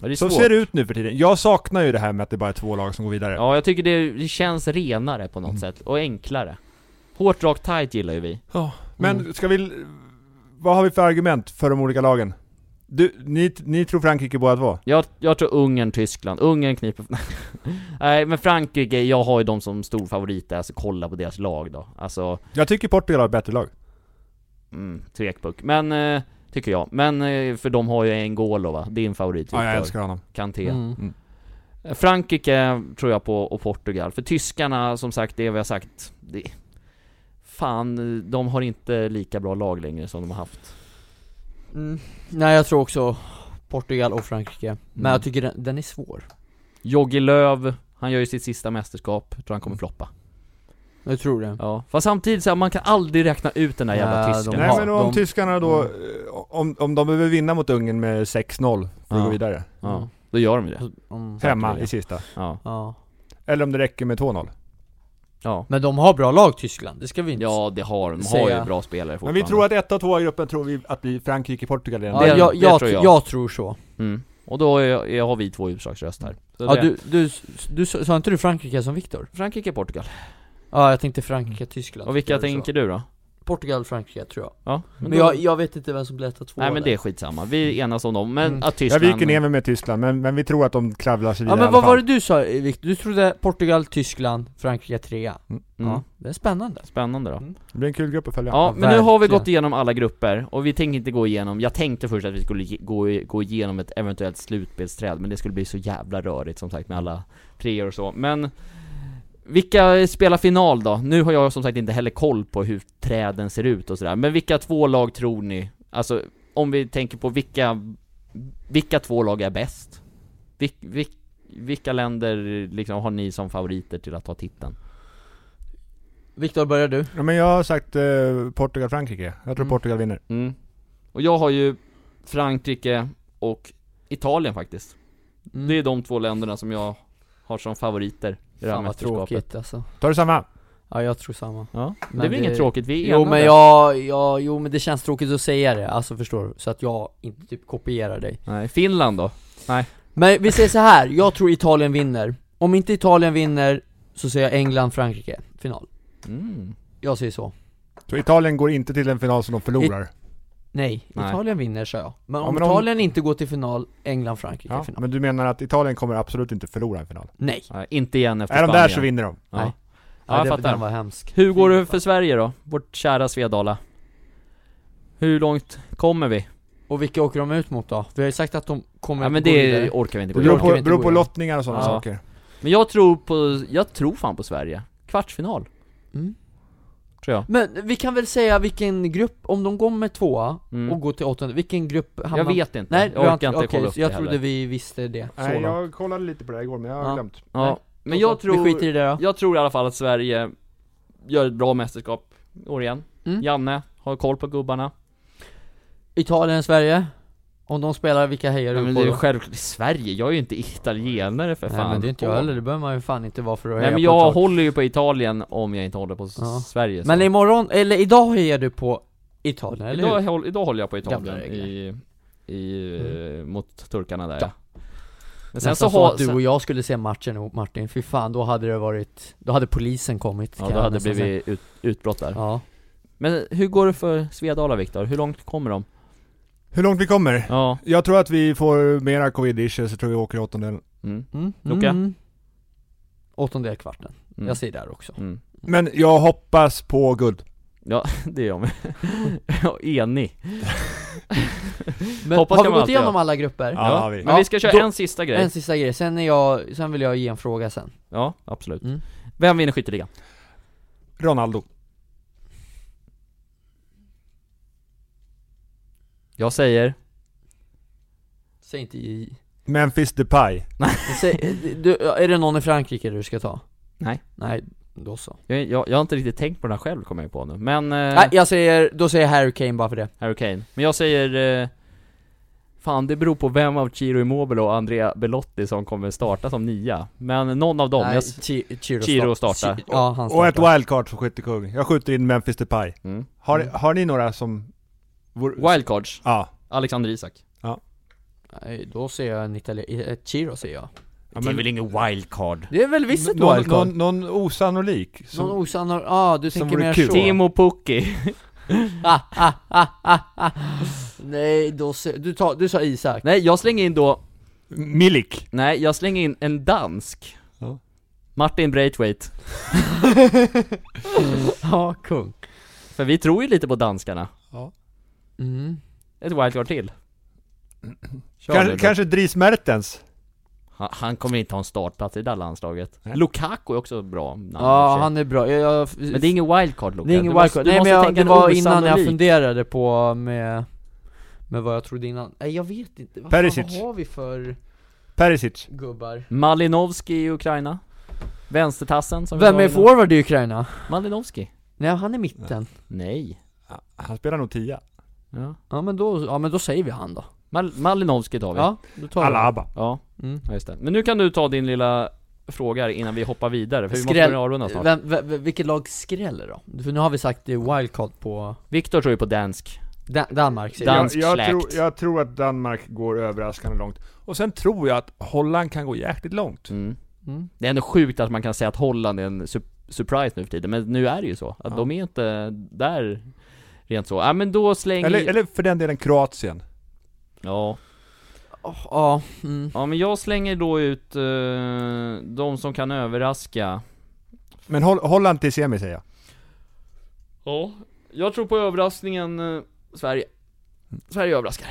Ja, det är Så svårt. ser det ut nu för tiden. Jag saknar ju det här med att det bara är två lag som går vidare. Ja, jag tycker det, det känns renare på något Mm. sätt, och enklare. Hårt, rakt, tight gillar ju vi. Mm. Men ska vi... Vad har vi för argument för de olika lagen? Du, ni, ni tror Frankrike båda två? Jag, jag tror Ungern, Tyskland. Ungern kniper... Nej, men Frankrike, jag har ju dem som stor favorit där, alltså kolla på deras lag då. Alltså, Jag tycker Portugal har ett bättre lag. mm, trekpuck. Men, eh, tycker jag. Men, eh, för de har ju N'Golo va? Din favorit Ja, jag Viktor. älskar honom. Kanté. Mm. Eh, Frankrike tror jag på och Portugal. För tyskarna, som sagt, det vi har sagt, det, fan, de har inte lika bra lag längre som de har haft. Mm. Nej jag tror också Portugal och Frankrike. Men Mm. jag tycker den, den är svår. Jogi Löv, han gör ju sitt sista mästerskap, tror han kommer floppa. Mm. Jag tror det. Ja, fast samtidigt så här, man kan aldrig räkna ut den där jävla Nej, tysken. de Nej har- men om de- tyskarna då, eh, om, om de behöver vinna mot Ungern med 6-0 för att Ja. gå vidare. Ja, då gör de ju det. Mm. Hemma det. i sista. Ja. Ja. Eller om det räcker med 2-0. Ja. Men de har bra lag Tyskland, det ska vi inte ja, det har de. De har Säga. ju bra spelare Men fortfarande. vi tror att ett av två i gruppen tror vi att blir Frankrike-Portugal redan. Ja, Det- jag, det jag, tror tror jag. jag. tror så. Mm. Och då är, är, har vi två utslagsröst här. Så Ja, det- du, du, du, sa sa inte du Frankrike som Viktor? Frankrike, Portugal. Ja, jag tänkte Frankrike, Tyskland. Och vilka Jag tror tänker du då? så. Portugal, Frankrike tror jag. Ja, Men, då- jag, jag vet inte vem som blir etta, tvåa Nej men där. det är skitsamma, vi enas om dem, men Mm. att Jag Tyskland... viker ner mig med Tyskland, men, men vi tror att de kravlar sig Ja vidare men i vad alla var fall. det du sa eh, Viktor? Du trodde Portugal, Tyskland, Frankrike trea. Mm. Ja, det är spännande. Spännande då. Mm. Det blir en kul grupp att följa. Ja, men nu verkligen. har vi gått igenom alla grupper, och vi tänker inte gå igenom, jag tänkte först att vi skulle ge- gå, i- gå igenom ett eventuellt slutspelsträd, men det skulle bli så jävla rörigt som sagt med alla treor och så, men vilka spelar final då? Nu har jag som sagt inte heller koll på hur träden ser ut och sådär, men vilka två lag tror ni? Alltså, om vi tänker på vilka, vilka två lag är bäst? Vil, vil, vilka länder liksom har ni som favoriter till att ta titeln? Viktor, börjar du? Ja, men jag har sagt eh, Portugal-Frankrike. Jag tror Mm. Portugal vinner. Mm. Och jag har ju Frankrike och Italien faktiskt. Mm. Det är de två länderna som jag har som favoriter i det här Fan vad mästerskapet. tråkigt alltså. Tar du samma? Ja, jag tror samma. Ja, det Men är väl det- inget tråkigt, vi är Jo enade. men jag, jag, jo men det känns tråkigt att säga det, alltså förstår du? Så att jag inte typ kopierar dig. Nej, Finland då? Men vi säger så här, jag tror Italien vinner. Om inte Italien vinner så säger jag England, Frankrike, final. Mm. Jag säger så. Så Italien går inte till en final som de förlorar. Nej, Nej. Italien vinner sa jag. Men Ja, om men om- Italien inte går till final, England, Frankrike Ja, final. men du menar att Italien kommer absolut inte förlora en final? Nej. Nej, inte igen efter Är de Spanien. där så vinner de. Ja. Nej. Ja, jag det- fattar. Den var hemsk. Hur går det för Sverige då? Vårt kära Svedala. Hur långt kommer vi? Och vilka åker de ut mot då? Vi har ju sagt att de kommer Ja att men gå det vidare. orkar vi inte Det gå beror orkar vi igenom. på, inte beror på gå igenom. lottningar och sådana Ja. saker. Men jag tror på, jag tror fan på Sverige. Kvartsfinal. Mm. Tror jag. Men vi kan väl säga vilken grupp, om de går med tvåa Mm. och går till åttonde, vilken grupp hamnar Jag vet inte. Nej, jag orkar inte okej, kolla upp så jag det trodde heller. vi visste det. Så Nej, då. jag kollade lite på det här igår men jag har Ja. glömt. Ja, Nej. men jag tror... Vi skiter i det då. Jag tror i alla fall att Sverige gör ett bra mästerskap i år igen. Mm. Janne har koll på gubbarna. Italien, Sverige. Om de spelar, vilka hejar Nej, du men på det är ju då? självklart, Sverige, jag är ju inte italienare för fan. Nej men det är inte jag heller, det behöver man ju fan inte vara för att Nej heja men på jag ett lag. håller ju på Italien om jag inte håller på s- Ja. Sverige. så. Men imorgon, eller idag hejar du på Italien, eller idag, hur? håll, idag håller jag på Italien Gamla regler. i, i, eh, Mm. mot turkarna där ja. Ja. Men sen Nästan så så har... att du sen- och jag skulle se matchen ihop Martin, fy fan då hade det varit, då hade polisen kommit Ja kan då jag hade det nästan säga. blivit ut, utbrott där. Ja, Men hur går det för Svedala Viktor? Hur långt kommer de? Hur långt vi kommer? Ja, Jag tror att vi får mera covid-issues, jag tror vi åker i åttondelen. mm, mm. Luca? Mm. Åttondel kvarten, Mm. jag säger där också mm. Men jag hoppas på guld. det är jag med. Jag är enig. Men Hoppas kan man har vi gått alltid göra. igenom alla grupper? Ja, det har vi. Men vi ska köra Då- en sista grej. En sista grej, sen, är jag, sen vill jag ge en fråga sen Ja, absolut. Mm. Vem vinner skytteligan? Ronaldo. Jag säger... Säg inte i... Memphis Depay. Säg, du, är det någon i Frankrike du ska ta? Nej. Nej, då så Jag, jag, jag har inte riktigt tänkt på den här själv, kommer jag ju på nu. Men... Eh, Nej, jag säger, då säger jag Harry Kane bara för det Harry Kane. Men jag säger... Eh, fan, det beror på vem av Ciro Immobile och Andrea Belotti som kommer starta som nia. Men någon av dem. Nej, Jag, s- Chi- Chiro, Chiro start- startar. Chi- Ja, han startar Och ett wildcard för skyttekung. Jag skjuter in Memphis Depay. mm. Har, Mm. har ni några som... Vår, Wildcards, Ja. Alexander Isak. Nej, Då ser jag en italienare, ett Chiro ser jag ja men, ingen wildcard? Det är väl visst ett någon, wildcard? någon, Någon, någon osannolik. Som, osannolik, ah du Som tänker vore mer kul. så? Timo Pukki. Ah, ah, ah, ah, ah. Nej, då ser, du, tar, du sa Isak Nej, jag slänger in då... Milik. Nej, jag slänger in en dansk. Ja. Martin Braithwaite. Ja, kung För vi tror ju lite på danskarna. mm. Ett wildcard till. Kör nu Kanske, då. kanske Dries Mertens. Han, han kommer inte ha en startplats i det här landslaget. Nej. Lukaku är också bra namn i och för Ja, sig. han är bra, jag, jag, Men det är ingen wildcard Lukaku. Det är ingen Du måste- wildcard, du nej men måste jag, tänka det en var innan jag osannolik. funderade på med, med vad jag trodde innan, nej jag vet inte, vad, fan, Perisic. vad har vi för Perisic. gubbar? Malinovski i Ukraina. Vänstertassen som vi Vem sa är innan. forward i Ukraina? Malinovski. Nej han är mitten Nej. Han spelar nog tia. Ja. Ja men då, ja men då säger vi han då Mal Malinovski tar vi. Ja. Ja, då tar vi han. Alaba. ja. Mm. just det. Men nu kan du ta din lilla fråga här innan vi hoppar vidare, för vi måste Skräll- börja avrunda snart. Vem, vem, vem- vilket lag skräller då? För nu har vi sagt det är wildcard på Viktor tror ju på dansk. Dan- Danmark säger Dansk jag, jag, släkt. tror, jag tror att Danmark går överraskande långt. Och sen tror jag att Holland kan gå jäkligt långt. Mm. jag mm. Det är ändå sjukt att man kan säga att Holland är en su surprise nu för tiden, men nu är det ju så. Att Ja. de är inte där rent så. Ja men då slänger Eller, eller för den delen Kroatien. Ja. Åh, Ja, mm. ja, men jag slänger då ut eh, de som kan överraska. Men Hol- Holland till semi säger jag. Ja, jag tror på överraskningen eh, Sverige. Sverige överraskar.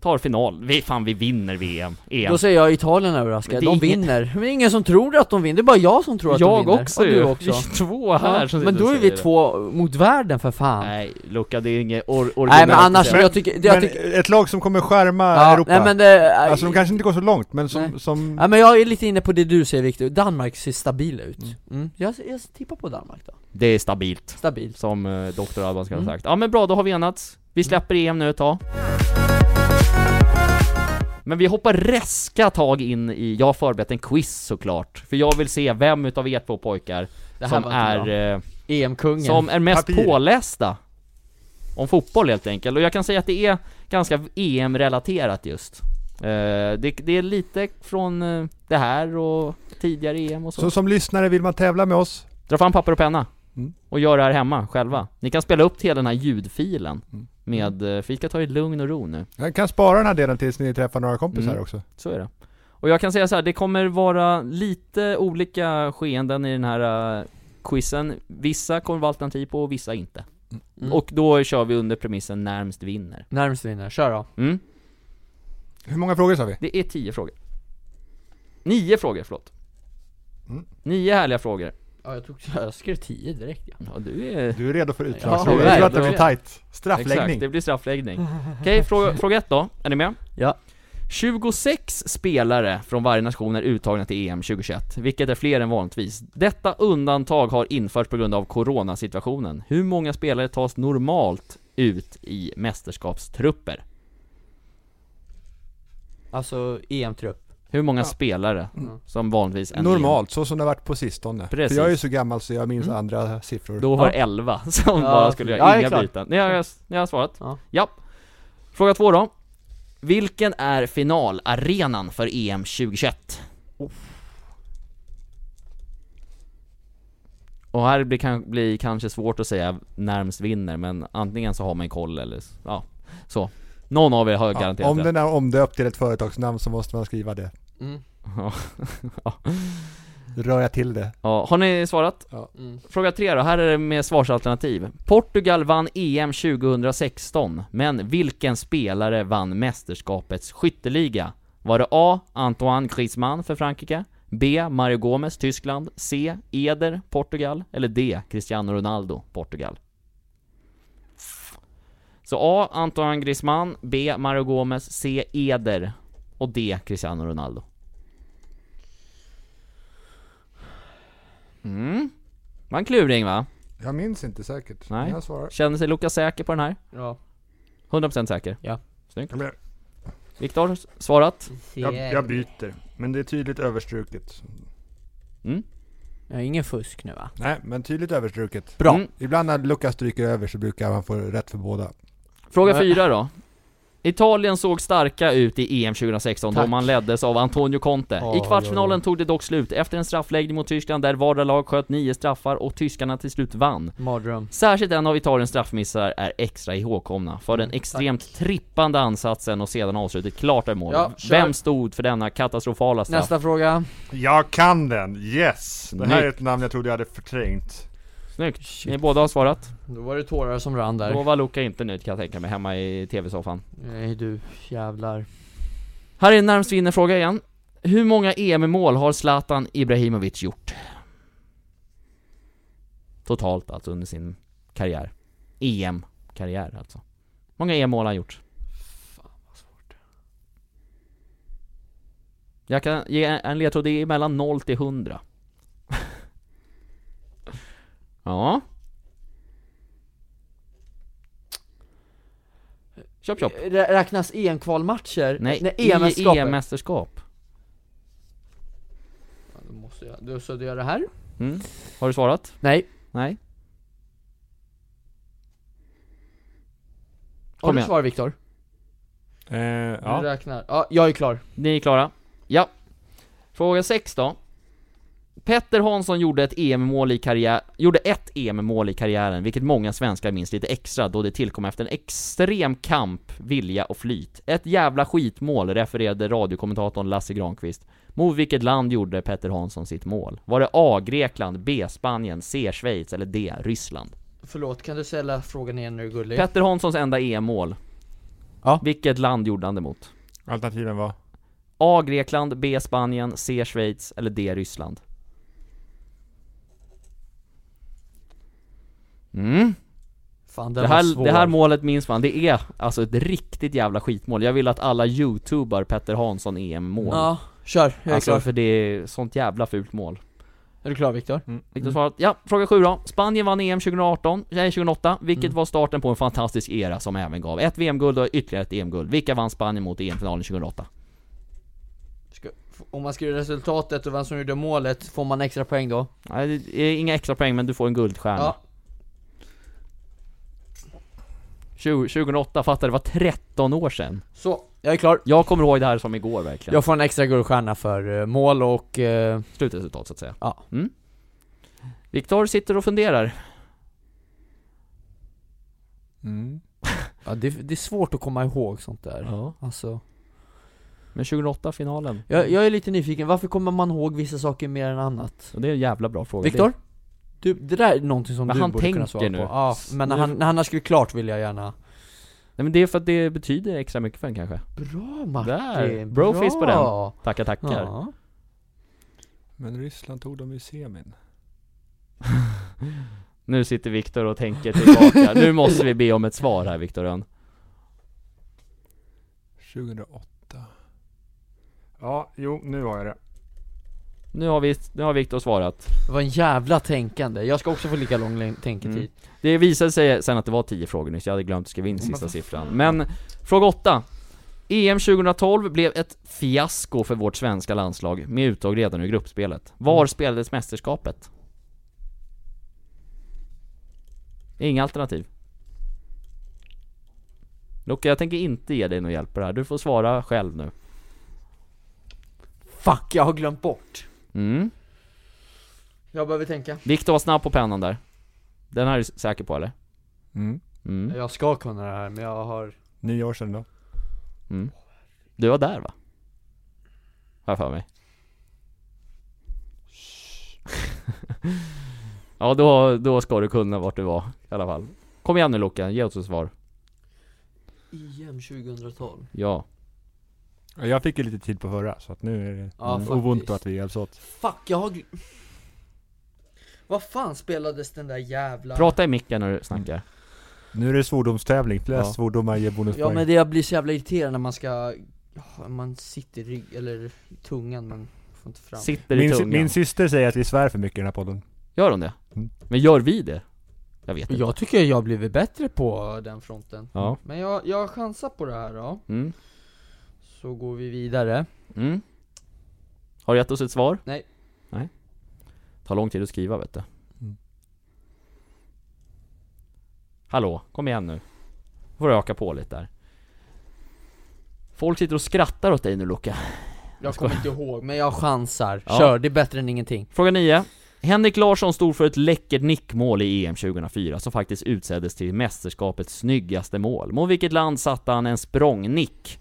Tar final. Vi, fan vi vinner VM. EM. Då säger jag Italien överraskad, Men det är de ingen- vinner Men det är ingen som tror att de vinner, det är bara jag som tror att de jag vinner också och ju. du Vi också är två här som Men sitter då och är vi säger det. två mot världen för fan Nej, Luca det är inget or originellt Nej men att annars, säga. jag tycker, det, Men jag tycker ett lag som kommer skärma ja, Europa. nej men det, Alltså de kanske inte går så långt, men som... Nej. som ja, men jag är lite inne på det du säger Viktor, Danmark ser stabila ut mm. jag, jag tippar på Danmark då, Det är stabilt. stabil Som eh, Dr. Alban ska ha Mm. sagt. Ja men bra, då har vi enats. Vi släpper EM nu ett tag. Men vi hoppar reska tag in i, jag har förberett en quiz såklart. För jag vill se vem utav er två pojkar Det här som var inte bra. E är, eh, EM-kungen som är mest Papir. pålästa. Om fotboll helt enkelt. Och jag kan säga att det är ganska EM-relaterat just. Eh, det, det är lite från eh, det här och tidigare EM och så. Så som lyssnare, vill man tävla med oss? Dra fram papper och penna Mm. och gör det här hemma själva. Ni kan spela upp till den här ljudfilen Mm. med, eh, för vi ska ta det i lugn och ro nu. Jag kan spara den här delen tills ni träffar några kompisar Mm. också. Så är det. Och jag kan säga så här, det kommer vara lite olika skeenden i den här eh, quizen. Vissa kommer vara alternativ på och vissa inte. Mm. Och då kör vi under premissen närmst vinner. Närmst vinner, kör då Mm. Hur många frågor sa vi? Det är tio frågor. Nio frågor, förlåt. Mm. Nio härliga frågor. Ja jag tog, jag skrev 10 direkt ja. Ja, du är... Du är redo för utslagsfrågor. utslagsfrågor? jag tror att det blir verkligen. tight. Exakt, Straffläggning. det blir straffläggning. Okej, fråga, fråga ett då. Är ni med? Ja. 26 spelare från varje nation är uttagna till EM 2021, vilket är fler än vanligtvis. Detta undantag har införts på grund av coronasituationen. Hur många spelare tas normalt ut i mästerskapstrupper? Alltså EM-trupp Hur många Ja. spelare Mm. som vanligtvis är med? Normalt, så som det har varit på sistone. Precis. För jag är ju så gammal så jag minns Mm. andra siffror. Då var Ja. det 11 som Ja. bara skulle Ja, det göra är inga klart. byten. Ni har, ni har svarat? Ja. ja. Fråga två då. Vilken är finalarenan för E EM 2021? Och här blir, kan, blir kanske svårt att säga närmst vinner, men antingen så har man koll eller s- ja, så. Någon av er har Ja, garanterat om rätt. den är omdöpt till ett företagsnamn så måste man skriva det. mm. Ja. rör jag till det. Ja, har ni svarat? Mm. Fråga tre då, här är det med svarsalternativ. Portugal vann EM 2016, men vilken spelare vann mästerskapets skytteliga? Var det A. Antoine Griezmann för Frankrike? B. Mario Gomez, Tyskland? C. Eder, Portugal? Eller D. Cristiano Ronaldo, Portugal? Så A. Antoine Griezmann, B. Mario Gomez, C. Eder och D. Cristiano Ronaldo. Mm. Var en kluring va? Jag minns inte säkert. Nej. men Jag svarar. Känner sig Lukas säker på den här? Ja. 100% säker? Ja. Snyggt. Jag, blir- Viktor, s- svarat? jag, jag byter. Men det är tydligt överstruket. Jag har ingen fusk nu va? Nej, men tydligt överstruket. Bra. Mm. Ibland när Lukas stryker över så brukar han få rätt för båda. Fråga Nej. fyra då. Italien såg starka ut i EM 2016 då Tack. man leddes av Antonio Conte. I Ja, kvartsfinalen ja, ja. tog det dock slut efter en straffläggning mot Tyskland där vardera lag sköt nio straffar och tyskarna till slut vann. Mardröm. Särskilt en av Italiens straffmissar är extra ihågkomna för Mm, den extremt trippande ansatsen och sedan avslutet klart över mål. Ja, kör. Vem stod för denna katastrofala straff? Nästa fråga. Jag kan den! Yes! Det här är Snyggt. ett namn jag trodde jag hade förträngt. Snyggt. Ni båda har svarat. Då var det tårar som rann Då där. var Luka inte nöjd kan jag tänka mig, hemma i TV-soffan. Nej du, jävlar. Här är närmst vinner fråga igen. Hur många EM-mål har Zlatan Ibrahimovic gjort? Totalt alltså under sin karriär. EM-karriär alltså. Hur många EM-mål har han gjort? Jag kan ge en ledtråd, det är mellan 0 till 100. ja. Chop chop. Rä- Räknas EM-kvalmatcher? Nej, Eh, E Nej E EM-mästerskapet? i EM-mästerskap. Ja, då måste jag, då så du gör det här? Mm. Har du svarat? Nej. Nej? Har Kom du igen, svar Viktor? Eh, Du ja. räknar. Ja, jag är klar. ni är klara? Ja. Fråga 6 då. Petter Hansson gjorde ett EM-mål i karriär, gjorde ett EM-mål i karriären, vilket många svenskar minns lite extra då det tillkom efter en extrem kamp, vilja och flyt. Ett jävla skitmål, refererade radiokommentatorn Lasse Granqvist. Mot vilket land gjorde Petter Hansson sitt mål? Var det A. Grekland, B. Spanien, C. Schweiz eller D. Ryssland? Förlåt, kan du ställa frågan igen nu gullig? Petter Hanssons enda EM-mål. Ja. Vilket land gjorde han det mot? Alternativen var? A. Grekland, B. Spanien, C. Schweiz eller D. Ryssland? Mm. Fan den Det, var svår. här, det här målet minns man, det är alltså ett riktigt jävla skitmål. Jag vill att alla youtubar Petter Hansson EM-mål. Ja, kör. Jag är alltså klar. för det är sånt jävla fult mål. Är du klar Viktor? Viktor svarat. Ja, fråga 7 då. Spanien vann E EM 2018, nej 2008, eh, vilket Mm. var starten på en fantastisk era som även gav ett VM-guld och ytterligare ett EM-guld. Vilka vann Spanien mot E i EM-finalen 2008? Ska- f- Om man skriver resultatet och vem som gjorde målet, får man extra poäng då? Nej, det är inga extra poäng men du får en guldstjärna. Ja. 20, 2008, fattar det var 13 år sedan. Så, jag är klar. Jag kommer ihåg det här som igår verkligen. Jag får en extra guldstjärna för eh, mål och... eh, Slutresultat så att säga. Ja. Mm. Viktor sitter och funderar. Mm. ja, det, det är svårt att komma ihåg sånt där. Alltså, Men 2008-finalen? Jag, jag är lite nyfiken, varför kommer man ihåg vissa saker mer än annat? Det är en jävla bra fråga. Viktor? du, det där är någonting som Men du han borde kunna tänker svara nu. på. Ja, men när Nu- han, när han har skrivit klart vill jag gärna... Nej men det är för att det betyder extra mycket för en kanske. Bra Martin! Där. Brofist på Bra. Tackar tackar. Ja. Men Ryssland tog dem i semin. Nu sitter Viktor och tänker tillbaka. nu måste vi be om ett svar här Viktor Rönn. 2008. Ja, jo, nu har jag det. Nu har, vi, nu har Viktor svarat. Det var en jävla tänkande, jag ska också få lika lång län- tänketid Det visade sig sen att det var 10 frågor nyss, jag hade glömt att skriva in sista siffran. Men fråga 8. EM 2012 blev ett fiasko för vårt svenska landslag med uttag redan ur gruppspelet. Var spelades mästerskapet? Inga alternativ. Loke, jag tänker inte ge dig någon hjälp på det här. Du får svara själv nu. Fuck, jag har glömt bort! Mm. Jag behöver tänka Viktor var snabb på pennan där. Den här är du säker på eller? Mm. Mm. Jag ska kunna det här, men jag har... Nio år sedan då. Mm. Du var där va? Har jag för mig. Ja, då, då ska du kunna vart du var i alla fall. Kom igen nu Loke, ge oss ett svar. EM 2012 Ja. Ja, Jag fick ju lite tid på förra, så att nu är det Ja, mm, faktiskt. Ubuntu att vi hjälps åt. Fuck, jag har gl- Vad fan spelades den där jävla... Prata i micken när du snackar. Nu är det svordomstävling, flest Ja. svordomar ger bonuspoäng. Ja men det jag blir så jävla irriterad när man ska, ja, man sitter i rygg, eller i tungan men får inte fram Sitter i min, sy- tungan. min syster säger att vi svär för mycket i den här podden. Gör hon det? Mm. Men gör vi det? Jag vet inte. Jag tycker jag har blivit bättre på den fronten Ja. Men jag, jag chansar på det här då, Mm. så går vi vidare Mm. Har du gett oss ett svar? Nej. Nej. Tar lång tid att skriva vet du. Mm. Hallå, kom igen nu. Får du öka på lite där. Folk sitter och skrattar åt dig nu Luca. Jag kommer inte ihåg, men jag chansar, Ja. kör, det är bättre än ingenting Fråga 9. Henrik Larsson stod för ett läckert nickmål i EM 2004 som faktiskt utseddes till mästerskapets snyggaste mål. Mot vilket land satte han en språngnick?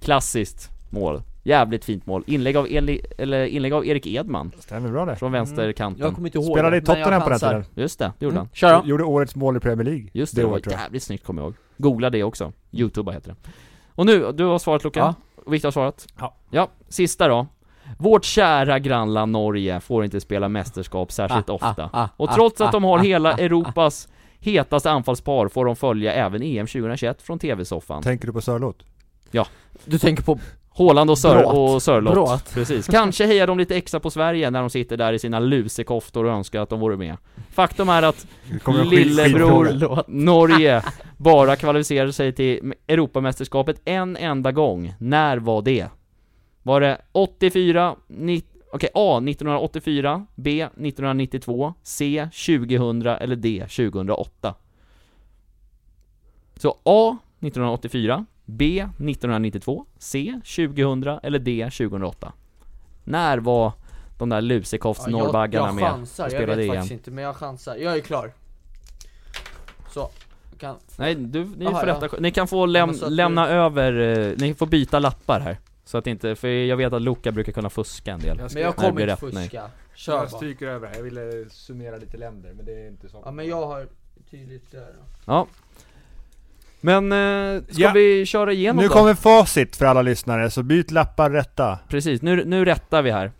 Klassiskt mål. Jävligt fint mål. Inlägg av, Eli, eller inlägg av Erik Edman Stämmer bra det. från vänsterkanten. Jag kommer inte ihåg Spelade i det, men jag Tottenham på den chansar. Mm. tiden. Just det, det gjorde han. Kör då! Gjorde årets mål i Premier League. Just det, det var året, tror jag. jävligt snyggt kommer jag ihåg. Googla det också. Youtuba heter det. Och nu, du har svarat Luka. Ja. Viktor har svarat. Ja. Ja, sista då. Vårt kära grannland Norge får inte spela mästerskap Ah, särskilt ofta. Ah, och trots att de har hela Europas hetaste anfallspar får de följa även EM 2021 från TV-soffan. Tänker du på Sörlott? Du tänker på Håland och, Sör Bråt. och Sörlott. Bråt. Precis. Kanske hejar de lite extra på Sverige när de sitter där i sina lusekoftor och önskar att de vore med. Faktum är att Det kommer en skit- skitfråga. Lillebror Norge bara kvalificerade sig till Europamästerskapet en enda gång. När var det? Var det 84, ni- okej A 1984, B 1992, C 2000 eller D 2008? Så A 1984, B 1992, C 2000 eller D 2008? När var de där Ja, jag- lusekofts-norrbaggarna med? Jag chansar, och jag spelade vet EM? faktiskt inte, men jag chansar. Jag är klar. Så, kan... Nej, du, ni Aha, får ja. rätta, ni kan få läm, men så att lämna över, eh, ni får byta lappar här Så att inte, för jag vet att Luca brukar kunna fuska en del Men jag Nej, det kommer blir inte rätt, nej. fuska. Kör bara. stryker över här, jag ville summera lite länder men det är inte så. Ja men jag har tydligt där. Ja Men, eh, ska Ja. vi köra igenom Nu då? kommer facit för alla lyssnare, så byt lappar rätta. Precis, nu, nu rättar vi här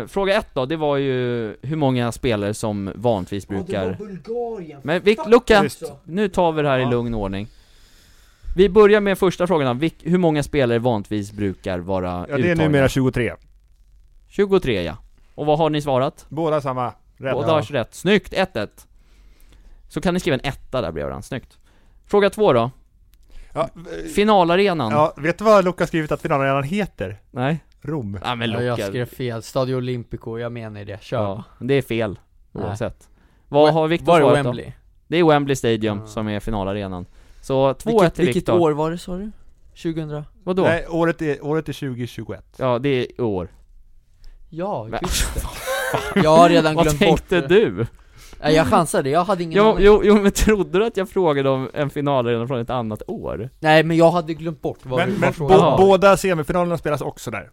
eh, Fråga ett då, det var ju hur många spelare som vanligtvis brukar Bulgarien. Men vi, Luca, Just. nu tar vi det här i Ja. lugn ordning Vi börjar med första frågan, Vilk, hur många spelare vanligtvis brukar vara Ja, det är uttagna? numera 23. 23 ja, och vad har ni svarat? Båda samma. Rätt. Båda har rätt. Snyggt! 1-1. Så kan ni skriva en etta där bredvid den. Snyggt. Fråga två då. Ja, eh, Finalarenan. ja, vet du vad Luca skrivit att finalen redan heter? Nej. Rom. Nej men Ja, Luca. jag skrev fel, Stadio Olimpico, jag menar det. Kör. Ja, det är fel. Nej. Oavsett. Vad har Victor Var är svarat då? Wembley? Det är Wembley Stadium Ja. som är finalarenan. Så 2-1 Vilket, till vilket Victor. år var det sa du? 2000? Vadå? Nej, året är, året är 2021. Ja, det är i år. Ja, Men- just det. Jag har redan Vad glömt bort tänkte det. du? Nej jag chansade, jag hade ingen Jo, aning. jo, jo, men trodde du att jag frågade om en finalarena från ett annat år? Nej men jag hade glömt bort vad Men, du- men vad frågan bo, Jaha. var. båda semifinalerna spelas också där.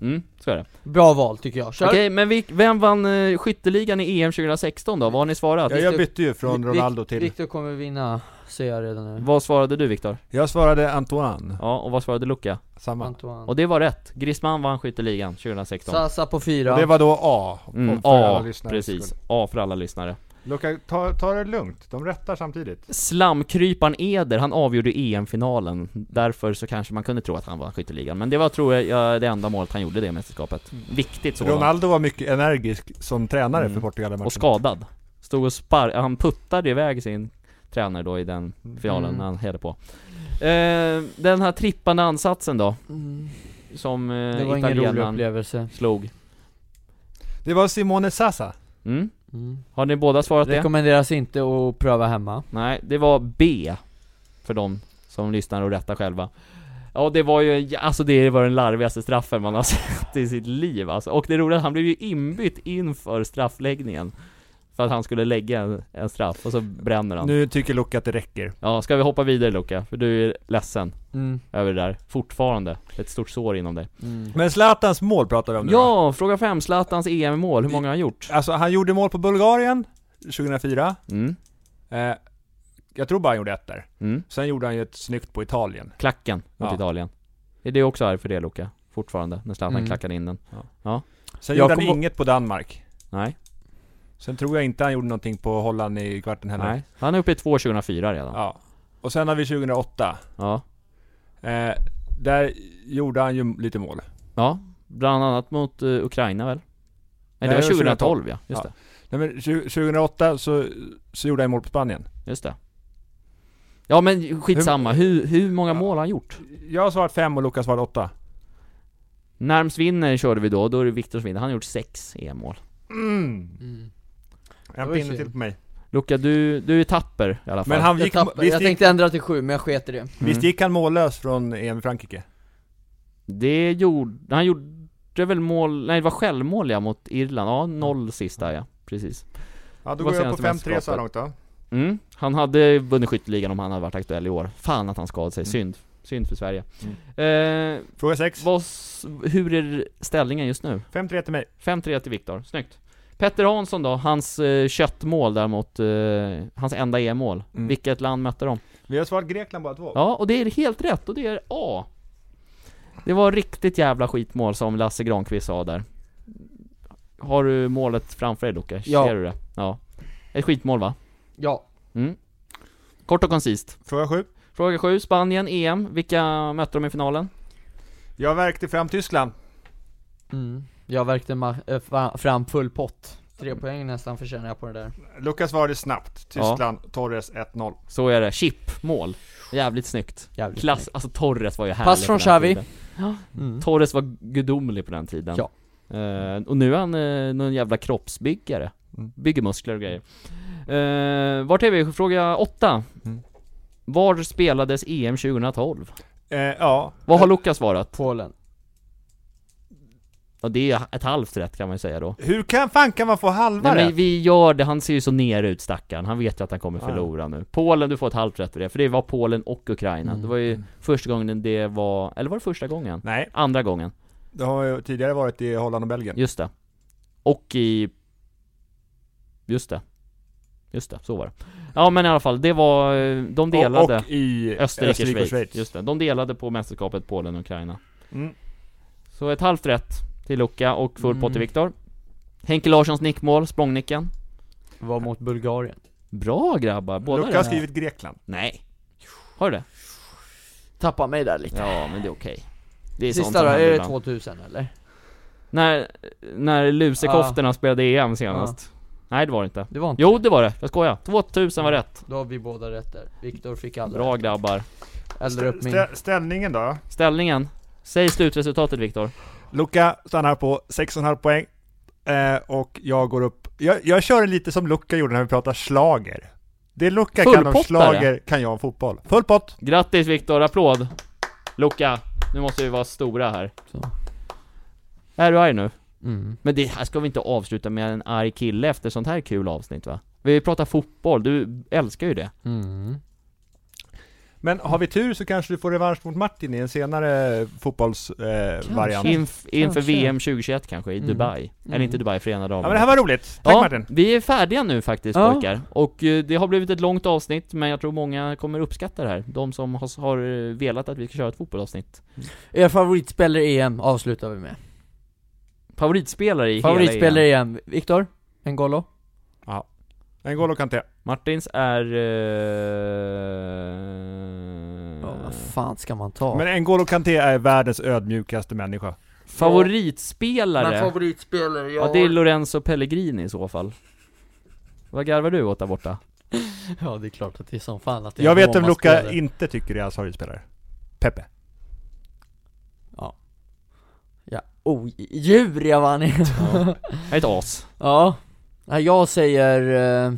Mm, så är det. Bra val tycker jag, kör! Okej, men vi, vem vann eh, skytteligan i EM 2016 då? Vad har ni svarat? Ja, jag bytte ju från Vic- Ronaldo till... Victor kommer vinna, ser jag redan nu Vad svarade du Viktor? Jag svarade Antoine. Ja, och vad svarade Luca? Samma. Antoine Och det var rätt, Griezmann vann skytteligan 2016 Sasa på Och fyra det var då A. mm, om- för alla A, lyssnares precis, skull. A för alla lyssnare Luca, ta, ta det lugnt. De rättar samtidigt. Slamkryparen Eder, han avgjorde EM-finalen Därför så kanske man kunde tro att han vann skytteligan Men det var tror jag det enda målet han gjorde i det mästerskapet Viktigt sådant, Ronaldo var mycket energisk som tränare Mm. för Portugal i matchen. och skadad Stod och spar... han puttade iväg sin tränare då i den finalen Mm. när han hejade på eh, Den här trippande ansatsen då, mm. som Det eh, var ingen rolig italienaren upplevelse slog Det var Simone Sassa. mm? Har ni båda svarat det? Rekommenderas inte att pröva hemma Nej, det var B För de som lyssnar och rättar själva Ja det var ju, ja, alltså det var den larvigaste straffen man har sett i sitt liv alltså. Och det roliga är att han blev ju inbytt inför straffläggningen För att han skulle lägga en, en straff och så bränner han. Nu tycker Luca att det räcker. Ja, ska vi hoppa vidare Luca? För du är ledsen Mm. över det där. Fortfarande. Ett stort sår inom dig. Men Zlatans mål pratar vi om nu va? Ja, fråga 5. Zlatans EM-mål. Hur många har han gjort? Alltså han gjorde mål på Bulgarien 2004. Mm. Eh, jag tror bara han gjorde ett där. Mm. Sen gjorde han ju ett snyggt på Italien. Klacken mot Ja. Italien. Är du också arg för det Luca? Fortfarande, när Zlatan Mm. klackade in den. Sen Jag gjorde han kommer- inget på Danmark. Nej, Sen tror jag inte han gjorde någonting på Holland i kvarten heller. nej. Han är uppe i 2 2004 redan. Ja. Ja. Och sen har vi 2008. ja. Eh, där gjorde han ju lite mål. Bland annat mot eh, Ukraina väl? Nej, det Nej, var det var 2012 ja. Just Ja. Nej, men 20- 2008 så, så gjorde han mål på Spanien. det. Just det. Ja men skitsamma, hur, hur många mål har han gjort? Jag har svarat fem och Lukas svarade åtta. Närmst vinner körde vi då, då är det Viktor som vinner. Han har gjort 6 EM-mål. Mm. En var pinne synd. till på mig. Luca, du, du är tapper i alla fall. Men han Jag, gick, tappade, visst, jag gick, tänkte ändra till sju, men jag sket i det Mm. visst gick han mållös från EM i Frankrike? Mm. Det gjorde, han gjorde väl mål, nej det var självmål ja mot Irland, ja noll sista ja, precis. Ja, Det då var går jag senaste på 5-3 så mästerskapet. här långt då. Mm, han hade vunnit skytteligan om han hade varit aktuell i år. Fan att han skadade Mm. sig, synd. Synd för Sverige. Eh, Fråga 6. vad, s- hur är ställningen just nu? 5-3 till mig. 5-3 till Viktor, snyggt. Petter Hansson då, hans eh, köttmål där mot, eh, hans enda EM-mål. Mm. Vilket land mötte de? Vi har svarat Grekland båda två. Ja, och det är helt rätt, och det är A. Det var riktigt jävla skitmål som Lasse Granqvist sa där. Har du målet framför dig Luka? Ja. Ser du det? Ja. Ett skitmål va? Ja, Mm. Kort och koncist. Fråga 7. Fråga 7, Spanien, EM. Vilka mötte de i finalen? Jag verkade fram Tyskland. mm. jag verkade ma- eh, fa- fram full pott Tre poäng nästan förtjänar jag på det där Lukas svarade snabbt. Tyskland, Torres 1-0. Så är det, chip-mål. Jävligt snyggt. Jävligt Klass, snyggt. alltså Torres var ju härlig Pass på från den Xavi. tiden. Mm. Torres var gudomlig på den tiden. Ja. Eh, och nu är han eh, någon jävla kroppsbyggare. Mm. Bygger muskler och grejer. Eh, vart är vi? Fråga 8. Mm. Var spelades EM 2012? Eh, ja. Vad har Lukas svarat? Polen Ja, det är ett halvt rätt kan man ju säga då. Hur kan, fan kan man få halva Nej men rätt? vi gör det, han ser ju så ner ut stackaren. Han vet ju att han kommer Ja, ja. förlora nu. Polen, du får ett halvt rätt för det, för det var Polen och Ukraina. Mm. Det var ju första gången det var, eller var det första gången? Nej, Andra gången, det har ju tidigare varit i Holland och Belgien. just det. Och i... Just det. Just det, så var det. Ja men i alla fall, det var, eh, de delade. Och, och i Österrike, Österrike och Schweiz. Just det, de delade på mästerskapet Polen och Ukraina. Mm. Så ett halvt rätt till Luca och full pott till Mm. Viktor. Henke Larssons nickmål, språngnicken. var mot Bulgarien Bra grabbar, båda Lukas har skrivit Grekland. Nej. Har du det? Tappa mig där lite Ja, men det är okej. Det är sånt Sista som då, händer är det ibland. 2000 eller? När, när Ah. lusekoftorna spelade EM senast. Nej, det var det inte. Det var inte Jo, det var det. Jag skojar. 2000 var rätt. Då har vi båda rätt där, Viktor fick alla Bra grabbar. Eldar upp min Stä- ställningen då? Ställningen. Säg slutresultatet Viktor. Luca stannar på 6,5 poäng. Eh, och jag går upp. Jag, jag kör lite som Luca gjorde när vi pratade slager. Det Luca kan om Fullpottare. slager kan jag om fotboll. Full pott! Grattis Viktor, applåd! Luca, nu måste vi vara stora här. Så. Är du arg nu? mm. Men det här ska vi inte avsluta med en arg kille efter sånt här kul avsnitt va? Vi pratar fotboll, du älskar ju det. Mm. Men har vi tur så kanske du får revansch mot Martin i en senare fotbollsvariant. Eh, variant. Inf- inför Kanske. VM 2021 kanske, i Mm. Dubai. Eller Mm. inte Dubai, Förenade Ja men det här Arabemiraten. var roligt. Tack Martin. vi är färdiga nu faktiskt Ja. pojkar. Och eh, det har blivit ett långt avsnitt, men jag tror många kommer uppskatta det här. De som har, har eh, velat att vi ska köra ett fotbollavsnitt. Er favoritspelare i EM avslutar vi med Favoritspelare i hela Favoritspelare EM. i EM, Viktor? N'Golo? N'Golo Kanté. Martins är... eh, Ja, vad fan ska man ta? Men N'Golo Kanté är världens ödmjukaste människa. Favoritspelare? favoritspelare, Ja det är Lorenzo Pellegrini i så fall Vad garvar du åt där borta? Ja det är klart att det är som fan att det är Jag en vet vem Luca Roma-spelare. inte tycker är hans favoritspelare. Pepe. Ja, oh, djur jag vann i. Jag är ett as Ja, Nej, jag säger eh,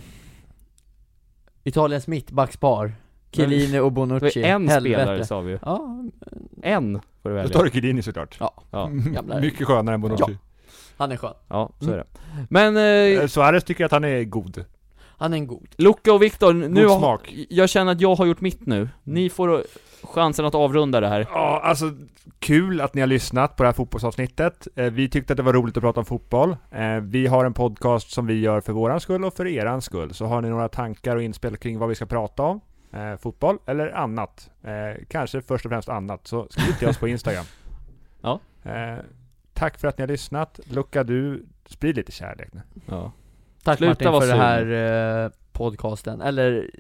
Italiens mittbackspar Chiellini och Det var Bonucci en Helvete. spelare sa vi ju Ja, En får du Då välja tar du Chiellini såklart. ja, ja. gamla Mycket skönare än Bonucci. Han är skön. Ja, så är det. Men eh, Suarez tycker att han Mm. är god. Han är en god. Luca och Viktor, nu God har, smak. Mm. jag känner att jag har gjort mitt nu. Ni får chansen att avrunda det här. Ja, alltså kul att ni har lyssnat på det här fotbollsavsnittet. Eh, Vi tyckte att det var roligt att prata om fotboll. Eh, Vi har en podcast som vi gör för våran skull och för eran skull. Så har ni några tankar och inspel kring vad vi ska prata om, eh, fotboll eller annat, eh, kanske först och främst annat, så skriv till oss på Instagram. Ja. Eh, Tack för att ni har lyssnat. Luca, du sprid lite kärlek nu. Ja. Tack Sluta Martin vara för det sur. här eh, podcasten, eller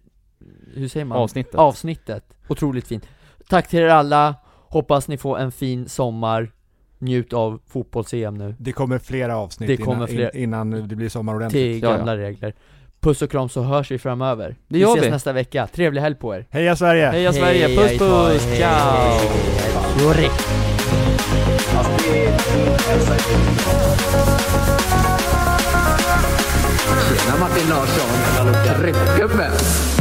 hur säger man? Avsnittet. Avsnittet. Otroligt fint. Tack till er alla, hoppas ni får en fin sommar, njut av fotbolls-EM nu, Det kommer flera avsnitt Det kommer innan- fler. innan det blir sommar ordentligt. till Ja, ja. gamla regler. Puss och kram så hörs vi framöver. Det gör ses vi. nästa vecka, trevlig helg på er! Heja Sverige! Heja Sverige, Hej, puss puss, hej, ciao! Sorry. Tjena Martin Larsson, tryckgubbe!